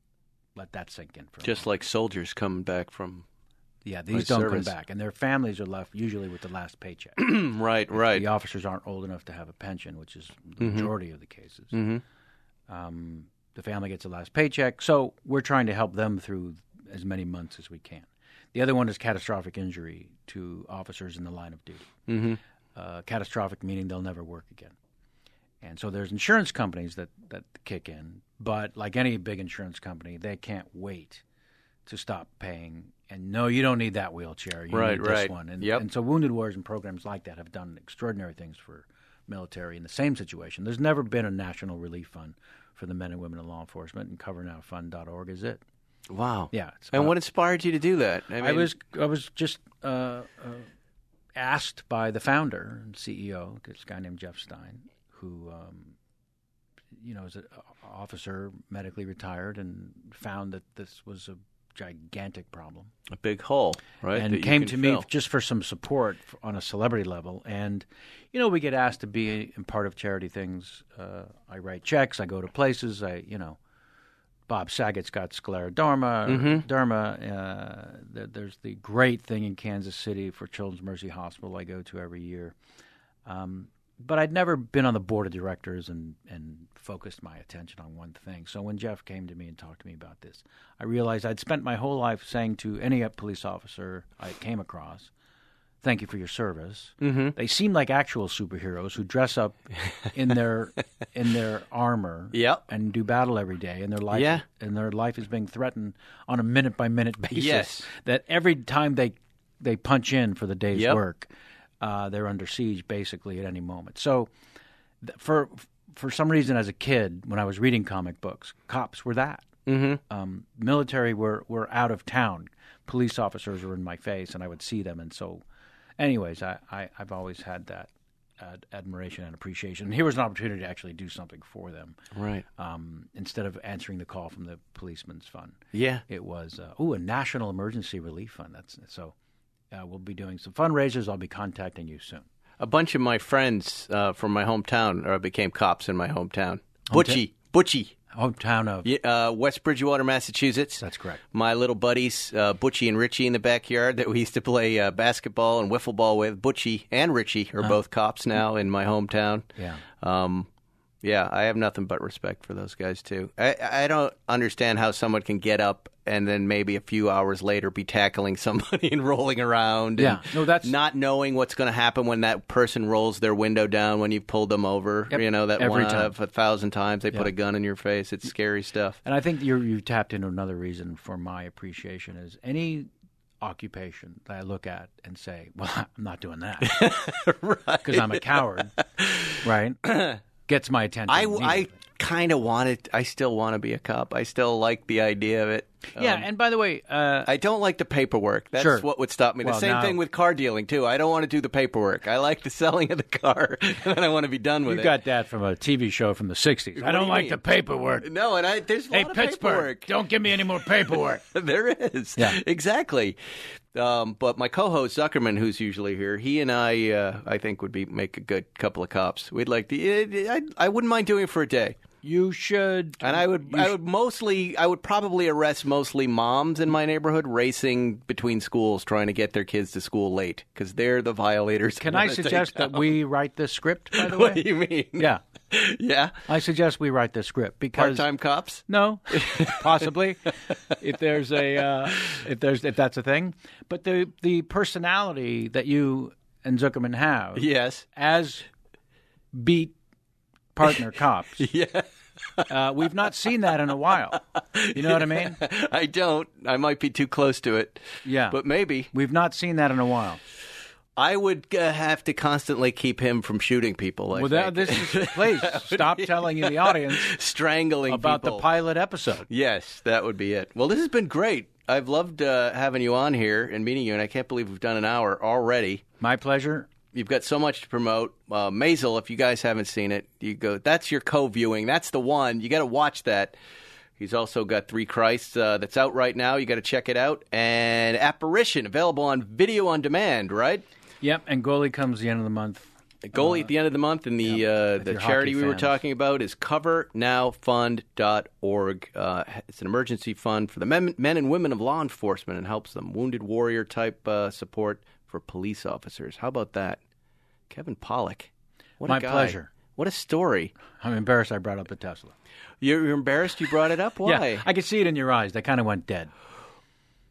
S3: Let that sink in for a
S1: just
S3: moment.
S1: like soldiers coming back from.
S3: yeah,
S1: like
S3: these don't
S1: service.
S3: come back, and their families are left usually with the last paycheck.
S1: Mm, right, right.
S3: the officers aren't old enough to have a pension, which is the majority of the cases.
S1: Mhm.
S3: Um, the family gets the last paycheck, so we're trying to help them through as many months as we can. The other one is catastrophic injury to officers in the line of duty. Uh, catastrophic meaning they'll never work again. And so there's insurance companies that, that kick in, but like any big insurance company, they can't wait to stop paying. And no, you don't need that wheelchair. You
S1: Right,
S3: need
S1: right.
S3: this one. And,
S1: Yep.
S3: and so wounded warriors and programs like that have done extraordinary things for military in the same situation. There's never been a national relief fund for the men and women in law enforcement, and covernowfund.org is it.
S1: Wow.
S3: Yeah, it's
S1: and
S3: about-
S1: what inspired you to do that? I, mean,
S3: I was I was just uh, uh, asked by the founder and CEO, this guy named Jeff Stein, who um, you know is an officer, medically retired, and found that this was a gigantic problem,
S1: a big hole, right? that
S3: and
S1: you
S3: came
S1: can
S3: to
S1: fill.
S3: me just for some support f on a celebrity level. And you know, we get asked to be in part of charity things. Uh, I write checks. I go to places. I you know. Bob Saget's got scleroderma.
S1: Mm-hmm.
S3: Derma. Uh, there, there's the great thing in Kansas City for Children's Mercy Hospital I go to every year. Um, but I'd never been on the board of directors and, and focused my attention on one thing. So when Jeff came to me and talked to me about this, I realized I'd spent my whole life saying to any police officer I came across, thank you for your service. Mm-hmm. They seem like actual superheroes who dress up in their in their armor
S1: Yep.
S3: and do battle every day, and their life
S1: Yeah.
S3: and their life is being threatened on a minute by minute basis.
S1: Yes.
S3: that every time they they punch in for the day's
S1: Yep.
S3: work, uh, they're under siege basically at any moment. So, th- for for some reason, as a kid, when I was reading comic books, cops were that. Mm-hmm. Um, military were were out of town. Police officers were in my face, and I would see them. And so, anyways, I, I I've always had that. Ad- admiration and appreciation. And here was an opportunity to actually do something for them
S1: right.
S3: um, instead of answering the call from the policeman's fund.
S1: Yeah.
S3: It was uh, oh a national emergency relief fund. That's so. Uh, we'll be doing some fundraisers. I'll be contacting you soon.
S1: A bunch of my friends uh, from my hometown uh, became cops in my hometown. Butchie, Butchie,
S3: Hometown of
S1: Yeah, uh, West Bridgewater, Massachusetts.
S3: that's correct.
S1: my little buddies, uh, Butchie and Richie, in the backyard that we used to play uh, basketball and wiffle ball with. Butchie and Richie are both cops now in my hometown.
S3: Uh-huh. Yeah.
S1: Um, yeah, I have nothing but respect for those guys too. I, I don't understand how someone can get up and then maybe a few hours later be tackling somebody and rolling around.
S3: Yeah.
S1: and
S3: No, that's-
S1: not knowing what's going to happen when that person rolls their window down when you've pulled them over.
S3: Yep.
S1: You know that
S3: Every
S1: one out
S3: time.
S1: of a thousand times they put a gun in your face. It's scary stuff.
S3: And I think you you tapped into another reason for my appreciation is any occupation that I look at and say, well, I'm not doing that because I'm a coward, right? Gets my attention.
S1: I,
S3: immediately.
S1: kind of wanted. I still want to be a cop. I still like the idea of it.
S3: yeah. and by the way, uh,
S1: I don't like the paperwork. That's
S3: Sure.
S1: what would stop me. The
S3: Well,
S1: same
S3: now-
S1: thing with car dealing too. I don't want to do the paperwork. I like the selling of the car, and then I want to be done with
S3: you
S1: it.
S3: got that from a TV show from the '60s. I
S1: What do
S3: don't
S1: you
S3: like
S1: mean?
S3: the paperwork.
S1: no, and I there's a
S3: Hey,
S1: lot of
S3: Pittsburgh,
S1: paperwork.
S3: don't give me any more paperwork.
S1: there is.
S3: Yeah.
S1: Exactly. Um, but my co-host Zuckerman, who's usually here, he and I, uh, I think, would be make a good couple of cops. We'd like to. eh, I, I wouldn't mind doing it for a day.
S3: you should.
S1: And I would, I would mostly, I would probably arrest mostly moms in my neighborhood racing between schools trying to get their kids to school late because they're the violators.
S3: Can
S1: who
S3: I
S1: wanna take
S3: suggest
S1: down-
S3: that we write this script? By the
S1: What
S3: way,
S1: do you mean?
S3: yeah,
S1: yeah.
S3: I suggest we write this script because
S1: Part-time cops.
S3: No, possibly if there's a uh, if there's if that's a thing. But the the personality that you and Zuckerman have
S1: Yes.
S3: as beat partner cops, yeah, uh, we've not seen that in a while. You know what I mean?
S1: I don't. I might be too close to it.
S3: Yeah.
S1: But maybe
S3: We've not seen that in a while.
S1: I would uh, have to constantly keep him from shooting people. I
S3: Well, that,
S1: think.
S3: this is, please stop telling the audience
S1: strangling
S3: about
S1: people.
S3: the pilot episode.
S1: Yes, that would be it. Well, this has been great. I've loved uh, having you on here and meeting you, and I can't believe we've done an hour already.
S3: My pleasure.
S1: You've got so much to promote. Uh, Maisel, if you guys haven't seen it, you go. That's your co-viewing. That's the one. You got to watch that. He's also got Three Christs uh, that's out right now. You got to check it out. And Apparition available on video on demand. Right,
S3: Yep, and goalie comes the end of the month.
S1: the goalie at the end of the month, and the uh, the
S3: your
S1: charity
S3: hockey
S1: we were
S3: fans.
S1: talking about is CoverNowFund.org. Uh, it's an emergency fund for the men, men and women of law enforcement and helps them wounded warrior type uh, support for police officers. How about that, Kevin Pollock? What
S3: My
S1: a guy.
S3: pleasure.
S1: What a story.
S3: I'm embarrassed I brought up the Tesla.
S1: You're, you're embarrassed you brought it up. Why?
S3: Yeah, I could see it in your eyes. They kind of went dead.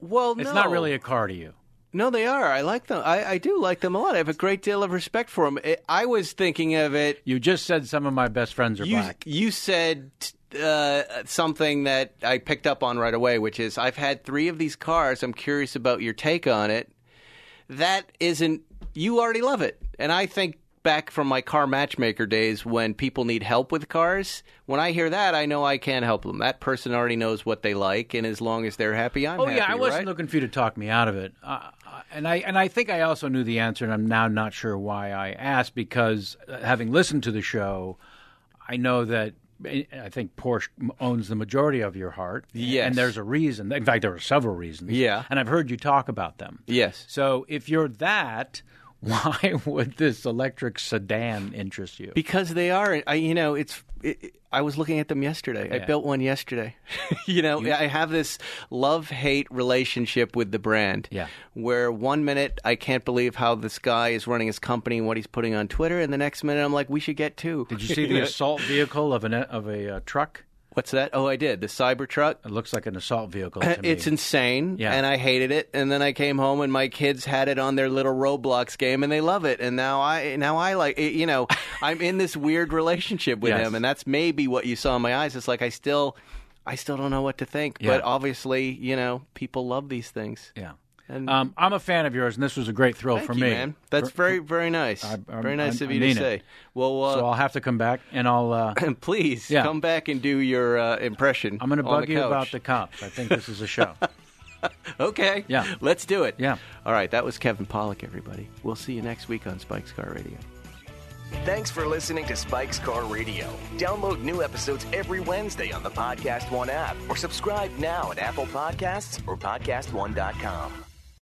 S1: well,
S3: It's
S1: no.
S3: not really a car to you.
S1: No, they are. I like them. I, I do like them a lot. I have a great deal of respect for them. It, I was thinking of it.
S3: You just said some of my best friends are
S1: You
S3: black.
S1: you said uh, something that I picked up on right away, which is I've had three of these cars. I'm curious about your take on it. That isn't. You already love it, and I think back from my car matchmaker days when people need help with cars. When I hear that, I know I can help them. That person already knows what they like, and as long as they're happy, I'm
S3: Oh
S1: happy.
S3: yeah, I wasn't
S1: right?
S3: looking for you to talk me out of it, uh, uh, and I and I think I also knew the answer, and I'm now not sure why I asked because uh, having listened to the show, I know that eh, I think Porsche m- owns the majority of your heart.
S1: Yes.
S3: and there's a reason. In fact, there are several reasons.
S1: Yeah.
S3: and I've heard you talk about them.
S1: Yes.
S3: So if you're that, why would this electric sedan interest you?
S1: Because they are, I, you know, it's. It, it- I was looking at them yesterday. I
S3: Yeah.
S1: built one yesterday. you know, I have this love hate relationship with the brand.
S3: Yeah.
S1: Where one minute I can't believe how this guy is running his company and what he's putting on Twitter, and the next minute I'm like, we should get two.
S3: Did you see the assault vehicle of an of a uh, truck?
S1: What's that? Oh, I did. The Cybertruck.
S3: It looks like an assault vehicle. To me.
S1: Uh, It's insane,
S3: Yeah.
S1: and I hated it. And then I came home, and my kids had it on their little Roblox game, and they love it. And now I, now I like, it, you know, I'm in this weird relationship with
S3: Yes.
S1: him, and that's maybe what you saw in my eyes. It's like I still, I still don't know what to think.
S3: Yeah.
S1: But obviously, you know, people love these things.
S3: Yeah.
S1: And-
S3: um, I'm a fan of yours, and this was a great thrill
S1: Thank
S3: for
S1: you,
S3: me.
S1: man. That's very, very nice.
S3: I-
S1: very nice
S3: I-
S1: of
S3: I
S1: you
S3: mean
S1: to say.
S3: it.
S1: Well, uh,
S3: so I'll have to come back, and I'll. Uh,
S1: please
S3: Yeah.
S1: come back and do your uh, impression.
S3: I'm going to
S1: on
S3: bug
S1: the
S3: you about
S1: couch.
S3: the cops. I think this is a show.
S1: Okay.
S3: Yeah.
S1: Let's do it.
S3: Yeah.
S1: All right. That was Kevin Pollock, everybody. We'll see you next week on Spike's Car Radio.
S2: Thanks for listening to Spike's Car Radio. Download new episodes every Wednesday on the Podcast One app or subscribe now at Apple Podcasts or PodcastOne.com.